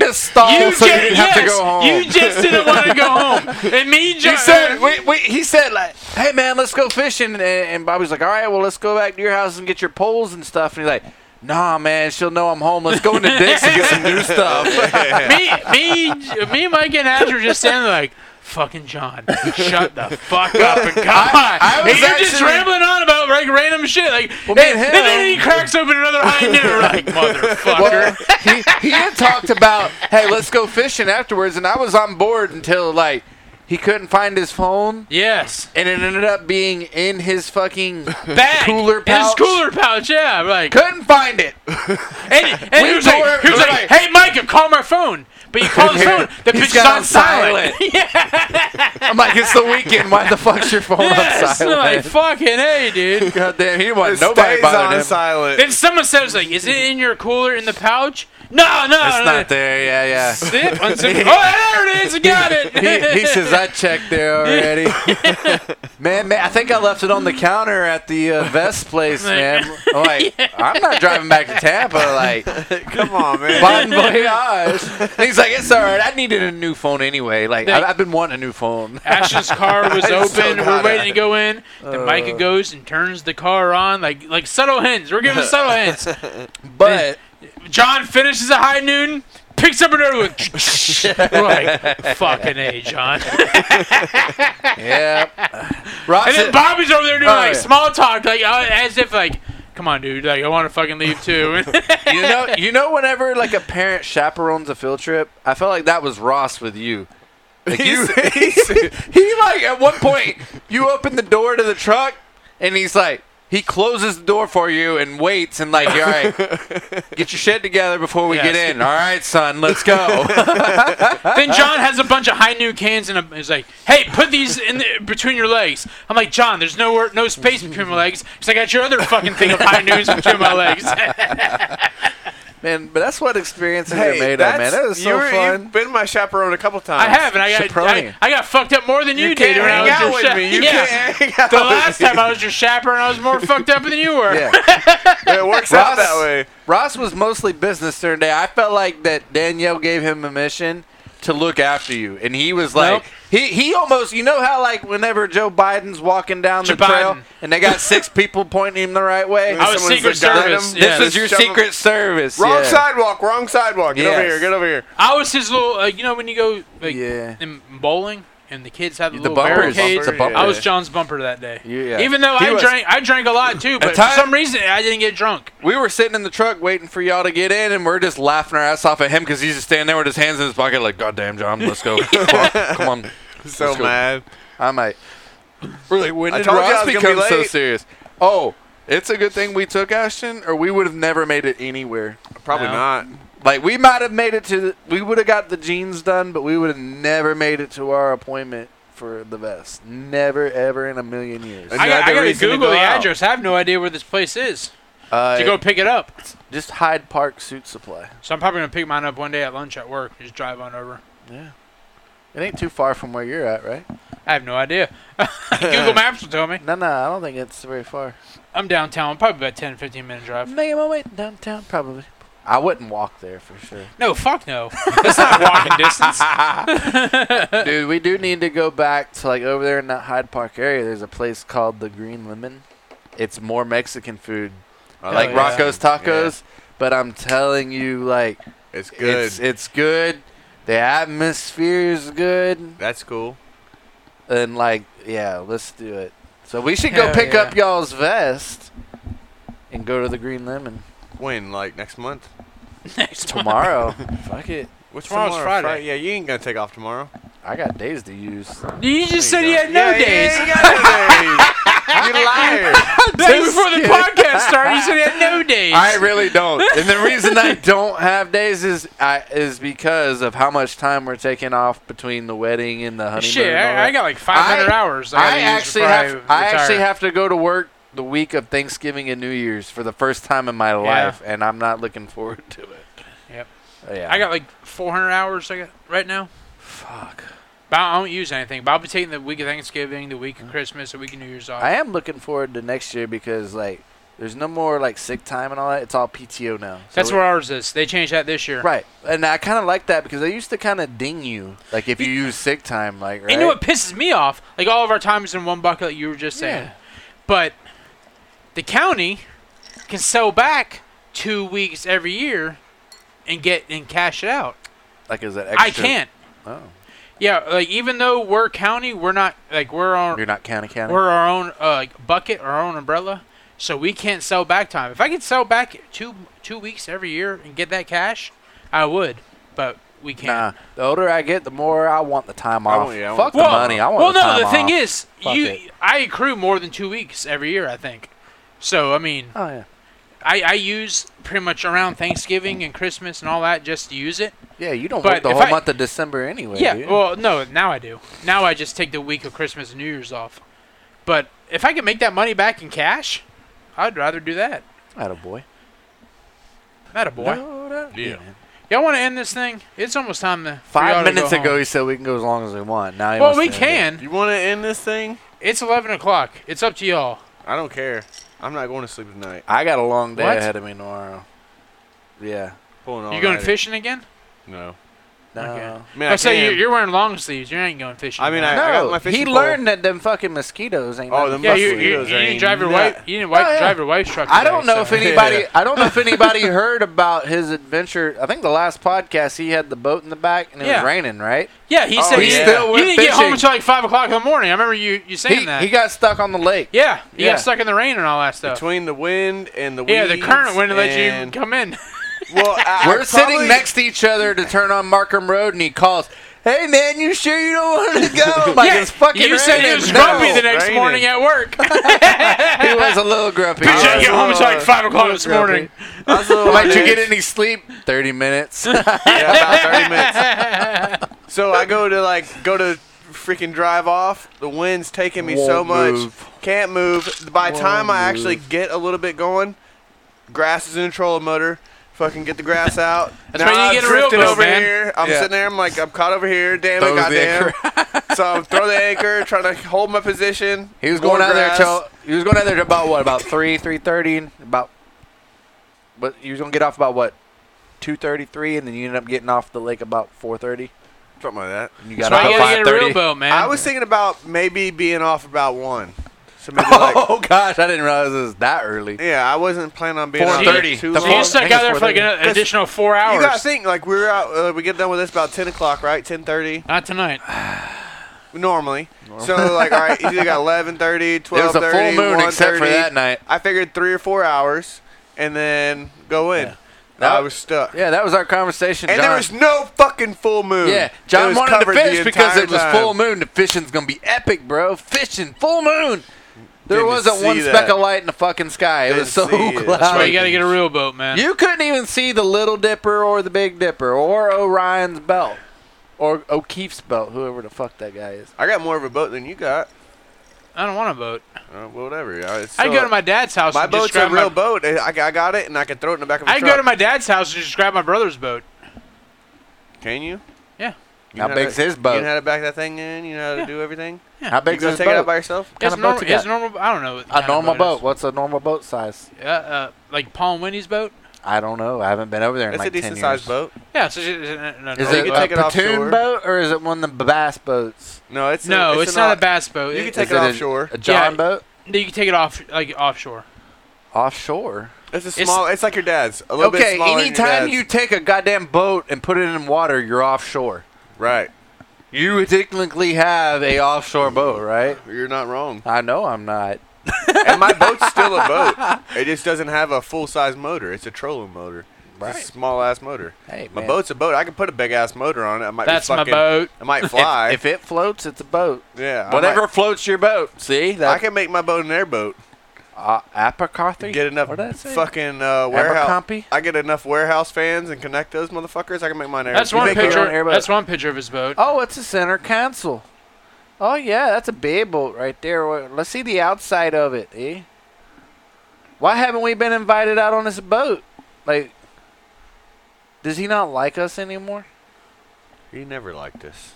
to stall You so just, you didn't have to yes, go home. You just didn't want to go home. And me, and John. He said, wait, wait, he said, like, hey, man, let's go fishing. And, and Bobby's like, all right, well, let's go back to your house and get your poles and stuff. And he's like, nah, man, she'll know I'm home. Let's go into Dick's and get some new stuff. uh, me, me, me, and Mike, and Ash were just standing there like, "Fucking John, shut the fuck up and come on." I was And you're just actually- rambling on about like random shit, like, Well, me and, and him- um, and then he cracks open another high noon, we're like, Well, motherfucker. he, he had talked about, hey, let's go fishing afterwards. And I was on board until, like, he couldn't find his phone. yes, And it ended up being in his fucking bag, cooler In his pouch. cooler pouch, yeah. we're like, Couldn't find it. and, and he We was like, tore- he was like, "Hey, Mike, call my phone." But you call his phone, the He's bitch is got on silent. I'm like, it's the weekend. Why the fuck's your phone on yes, and I'm like silent? fucking hey, dude. God damn, he didn't want It nobody stays bothering on him. silent. Then someone says like, "Is it in your cooler in the pouch?" No, no, It's no. not there. Yeah, yeah. Zip, unzip. Oh, there it is. I got it. He, he says I checked there already. man, man, I think I left it on the counter at the uh, vest place, man. I'm like, I'm not driving back to Tampa. Like, Come on, man. bon voyage. And he's like, it's all right. I needed a new phone anyway. Like, I, I've been wanting a new phone. Ash's car was I just open. don't We're got waiting it. to go in. Then Uh. Micah goes and turns the car on, like like subtle hints. We're giving subtle hints. But John finishes a high noon, picks up another one. We're like, fucking a, John. yeah, Ross. And then Bobby's over there doing Oh, like yeah. small talk, like uh, as if like, come on, dude, like I want to fucking leave too. you know, you know, whenever like a parent chaperones a field trip, I felt like that was Ross with you. Like you, he like at one point you open the door to the truck, and he's like he closes the door for you and waits and like all right, get your shit together before we Yes. get in. All right, son, let's go. Then John has a bunch of high new cans and he's like, "Hey, put these in the, between your legs." I'm like, "John, there's no no space between my legs." He's like, "I got your other fucking thing of high news between my legs." man, but that's what experiences Hey, are made of, that's- man. That was so you were- fun. You've been my chaperone a couple times. I have, and I got I, Chaperone. I got fucked up more than you, You did can't when I hang was out your with cha- me. You yeah. can't hang out The with last me. time I was your chaperone, I was more fucked up than you were. Yeah. It works out that way. Ross was mostly business during the day. I felt like that Danielle gave him a mission to look after you, and he was like, Nope. he he almost, you know how like whenever Joe Biden's walking down the Joe trail Biden. and they got six people pointing him the right way. I was Someone's Secret a dime. Service, This yeah. this is is your shove 'em- secret service. Wrong yeah. sidewalk. Wrong sidewalk. Get over Yes. here. Get over here. I was his little, uh, you know, when you go like Yeah. in bowling and the kids have the, The little bumpers. barricades. The bumper, I was yeah. John's bumper that day. Yeah. Even though He I was- drank, I drank a lot too, but time- for some reason I didn't get drunk. We were sitting in the truck waiting for y'all to get in, and we're just laughing our ass off at him because he's just standing there with his hands in his pocket, like, "God damn, John, let's go, come on." Come on. So Let's go. mad. I might. We're like, when I did told you I Ross was gonna become be so late. serious? Oh, it's a good thing we took Ashton, or we would have never made it anywhere. Probably No. not. Like we might have made it to, the, we would have got the jeans done, but we would have never made it to our appointment for the vest. Never, ever in a million years. And I, got, I Another gotta reason to Google go the out. address. I have no idea where this place is Uh, to go pick it up. just Hyde Park Suit Supply. So I'm probably gonna pick mine up one day at lunch at work. Just drive on over. Yeah, it ain't too far from where you're at, right? I have no idea. Google Maps will tell me. No, no, I don't think it's very far. I'm downtown. Probably about 10, 15 minute drive. Making my way downtown, probably. I wouldn't walk there for sure. No, fuck no. That's not walking distance. Dude, we do need to go back to like over there in that Hyde Park area. There's a place called the Green Lemon. It's more Mexican food, I like Oh, yeah. Rocco's Tacos. But I'm telling you, like Yeah, it's good. it's it's good. The atmosphere is good, That's cool. and like yeah, let's do it. So we should go Hell pick yeah. up y'all's vest and go to the Green Lemon When like next month? Next month. tomorrow. Fuck it, What's Tomorrow's Friday. Yeah, you ain't gonna take off tomorrow. I got days to use. You just There said you he go. had no Yeah, days. yeah, you ain't got no days. you liar. Day before the podcast started, he said he had no days. I really don't. And the reason I don't have days is I, is because of how much time we're taking off between the wedding and the honeymoon. Shit, and all that. I, I got like 500 I- hours. I, gotta I use actually before have I retire. actually have to go to work the week of Thanksgiving and New Year's for the first time in my life, and I'm not looking forward to it. Yep. Yeah. I got like 400 hours. I got right now. fuck. But I don't use anything. But I'll be taking the week of Thanksgiving, the week of Christmas, the week of New Year's off. Mm-hmm. I am looking forward to next year because like there's no more like sick time and all that. It's all PTO now. So That's it- where ours is. They changed that this year. Right, and I kind of like that because they used to kind of ding you, like if you use sick time, like right. And you know what pisses me off? Like all of our time is in one bucket, like you were just saying. Yeah. But the county can sell back two weeks every year and get and cash it out. Like is that extra? I can't. Oh, Yeah, like even though we're county, we're not like we're on you're not county county. we're our own uh, like bucket, our own umbrella, so we can't sell back time. If I could sell back two two weeks every year and get that cash, I would. But we can't. Nah, the older I get, the more I want the time I off. want- yeah, I Fuck want the money. I want well, the no. time The thing off. is, Fuck you it. I accrue more than two weeks every year. I think. So I mean, Oh yeah. I, I use pretty much around Thanksgiving and Christmas and all that just to use it. Yeah, you don't But work the if whole I- month of December anyway. yeah. do you? Well, no. Now I do. Now I just take the week of Christmas and New Year's off. But if I could make that money back in cash, I'd rather do that. Atta boy. Not a boy. No, no. Yeah. man. Y'all want to end this thing? It's almost time to. for y'all Five to minutes go ago, home. he said we can go as long as we want. Now he Well, wants we to end it. can. You want to end this thing? It's eleven o'clock. It's up to y'all. I don't care. I'm not going to sleep tonight. I got a long day What? ahead of me tomorrow. Yeah. Pulling all you going nighter. fishing again? No. No. Okay. I mean, I, I, say can. you're, you're wearing long sleeves. You ain't going fishing. I mean, man. I- got my No, fishing he pole. learned that them fucking mosquitoes ain't. Oh, nothing them Yeah, but- bus you, you, you mosquitoes didn't ain't drive your nut. wife. You didn't wipe, Oh, yeah. drive your wife's truck. I don't today, know if so- anybody. I don't know if anybody heard about his adventure. I think the last podcast he had the boat in the back and it Yeah. was raining, right? Yeah, he Oh, said he you- still you went didn't get home fishing. until like five o'clock in the morning. I remember you you saying He, that. he got stuck on the lake. yeah, you Yeah. got stuck in the rain and all that stuff. Between the wind and the yeah, the weeds current wouldn't let you and- come in. Well, I, I We're sitting probably- next to each other to turn on Markham Road, and he calls, "Hey man, you sure you don't want to go?" Like yeah, it's fucking. you said it raining. was No, grumpy the next raining. morning at work. Bitch, he was a little grumpy. I didn't was get home until like uh, five o'clock this grumpy. morning. I was a little Like, did you nervous. get any sleep? Thirty minutes. yeah, about 30 minutes. So I go to like go to freaking drive off. The wind's taking me so Won't much. move. Can't move. By the time I Won't actually get a little bit going, grass is in control of motor. Fucking get the grass out. That's why you I'm get a real drifting boat, over man. here. I'm Yeah. sitting there. I'm like, I'm caught over here. Damn it, Throws goddamn. the so I'm throwing the anchor, trying to hold my position. He was going out there grass. till he was going out there till about what? About three, three thirty, about. But he was gonna get off about what, two thirty three, and then you ended up getting off the lake about four thirty. something like that. You That's got why you off gotta at get a real five thirty. boat, man. I was thinking about maybe being off about one. So maybe like, Oh gosh, I didn't realize it was that early. yeah, I wasn't planning on being So out there 4:30. too The you, so long. you stuck I think out it's there for like 4:30. an additional four You gotta hours. think like we're out. Uh, we get done with this about ten o'clock, right? Ten thirty Not tonight. normally. So like, all right, you either got eleven thirty, It twelve was a thirty, full moon except for that night. I figured three or four hours, and then go in. Yeah. That- I was stuck, Yeah, that was our conversation. and John. there was no fucking full moon. yeah, It John was wanted to covered the fish because entire it was time. full moon. The fishing's gonna be epic, bro. Fishing full moon. There Didn't wasn't see one that. speck of light in the fucking sky. It was so Didn't see it. cloudy. That's why you gotta get a real boat, man. You couldn't even see the Little Dipper or the Big Dipper or Orion's belt or O'Keefe's belt, whoever the fuck that guy is. I got more of a boat than you got. I don't want a boat. Uh, whatever. I, it's I still- go to my dad's house. My and just boat's a grab real my, boat. I, I got it, and I can throw it in the back of a I truck. go to my dad's house and just grab my brother's boat. Can you? Yeah. You How know big's to- his boat? You know how to back that thing in. You know how to Yeah. do everything. How You big's gonna his take it out by boat? yourself? kind It's of boat normal. you It's got? normal. I don't know. what A kind of normal boat. boat. What's a normal boat size? it is. Yeah, uh, like Paul and Winnie's boat. I don't know. I haven't been over there in It's like a decent 10 sized years. boat. Yeah, so it's- it's- no, no, Is You it can a take it platoon offshore. boat or is it one of the bass boats? No, it's no, A, it's, it's, an not off- a bass boat. You can It- take Is it, it a- offshore. A John Yeah. boat? you can take it off like offshore. Offshore. It's a It's- small. It's, like your dad's. A little bit Okay, smaller. than your anytime dad's. you take a goddamn boat and put it in water, you're offshore. right, You would technically have a offshore boat, right? you're not wrong. I know I'm not. and my boat's still a boat. It just doesn't have a full size motor. It's a trolling motor. It's Right. a small ass motor. Hey, My man. boat's a boat. I can put a big ass motor on it. I might be That's my fucking- boat. I might If- fly. If, it floats, it's a boat. yeah, I Whatever might- floats your boat. See I, that? can make my boat an airboat. uh, Apocarthy? Get enough What did I say? fucking uh, warehouse. Abercrombie? I get enough warehouse fans and connect those motherfuckers. I can make mine an That's airboat. one make your picture. own airboat. That's one picture of his boat. Oh, it's a center console. Oh yeah, that's a bay boat right there. Wha- Let's see the outside of it, eh? Why haven't we been invited out on this boat? Like, does he not like us anymore? He never liked us.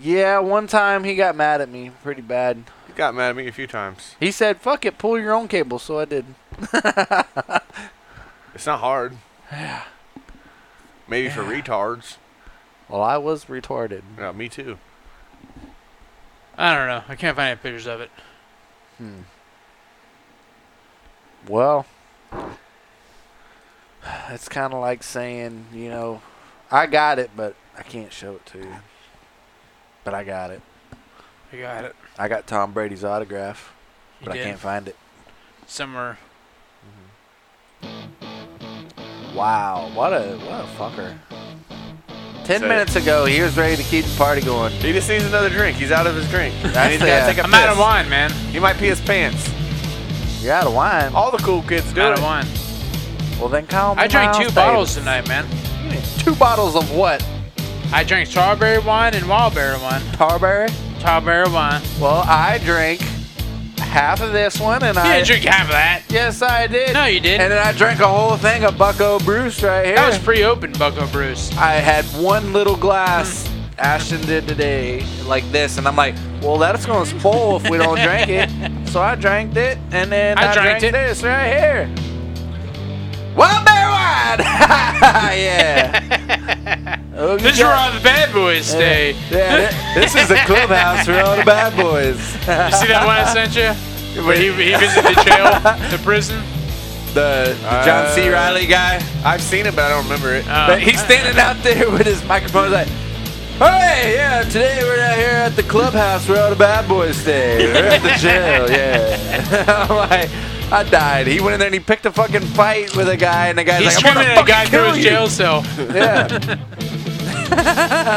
Yeah, one time he got mad at me pretty bad. He got mad at me a few times. He said, "Fuck it, pull your own cable." So I did. It's not hard. Yeah. Maybe for retards. Well, I was retarded. Yeah, me too. I don't know. I can't find any pictures of it. Hmm. Well, it's kind of like saying, you know, I got it, but I can't show it to you. But I got it. I got it. I got Tom Brady's autograph, You but I did. can't find it. Somewhere. Wow, what a what a fucker! Ten So- minutes ago, he was ready to keep the party going. He just needs another drink. He's out of his drink. and That's he's got the- to take a I'm out of piss. wine, man. He might pee his pants. You're out of wine. All the cool kids do I'm out it. of wine. Oh Well, then call Oh. I drank two bottles tonight, man. Two bottles of what? I drank strawberry wine and wildberry wine. Tarberry. Strawberry wine. Well, I drank half of this one, and You I didn't drink half of that. yes, I did. No, you didn't. And then I drank a whole thing of Bucko Bruce right here. That was pre-open, Bucko Bruce. I had one little glass. Mm. Ashton did today, like this, and I'm like, well, that's gonna spoil if we don't drink it. So I drank it, and then I, I drank it. this right here. Well, bear wine. yeah. Okay, This is where all the bad boys stay. Yeah, thi- this is the clubhouse for all the bad boys. You see that one I sent you? When he, he visited the jail, the prison. The, the John C. Uh, Riley guy. I've seen it, but I don't remember it. Uh, But he's standing out there with his microphone like, Hey, yeah, today we're out here at the clubhouse where all the bad boys stay. We're at the jail, yeah. I'm like, I died. He went in there and he picked a fucking fight with a guy, and the guy's He's like, I'm screaming gonna at a guy fucking through kill his you. jail cell. Yeah.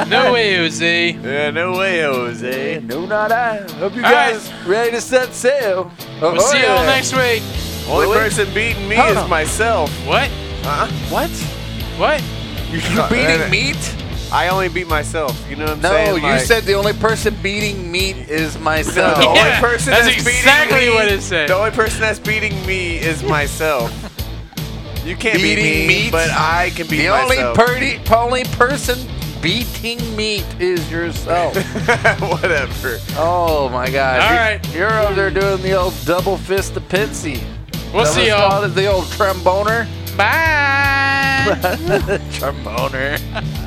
No way, Uzi. yeah, no way, Jose. no, not I. Hope you All right. guys ready to set sail. Oh, We'll see yeah. y'all next week. Only Really? person beating me Hold is on. myself. Uh-uh. What? Huh? What? What? You Uh, uh, beating meat? I only beat myself. You know what I'm No, saying? you Like, said the only person beating meat is myself. the only Yeah, person that's that's, beating exactly me- what it said. The only person that's beating me is myself. You can't Beating beat me, meat? but I can beat The only, myself. purdy, only person beating meat is yourself. Whatever. oh my God! All You- right. you're over there doing the old double fist of Pitsy. We'll That see was y'all. called The old tromboner. Bye. tromboner.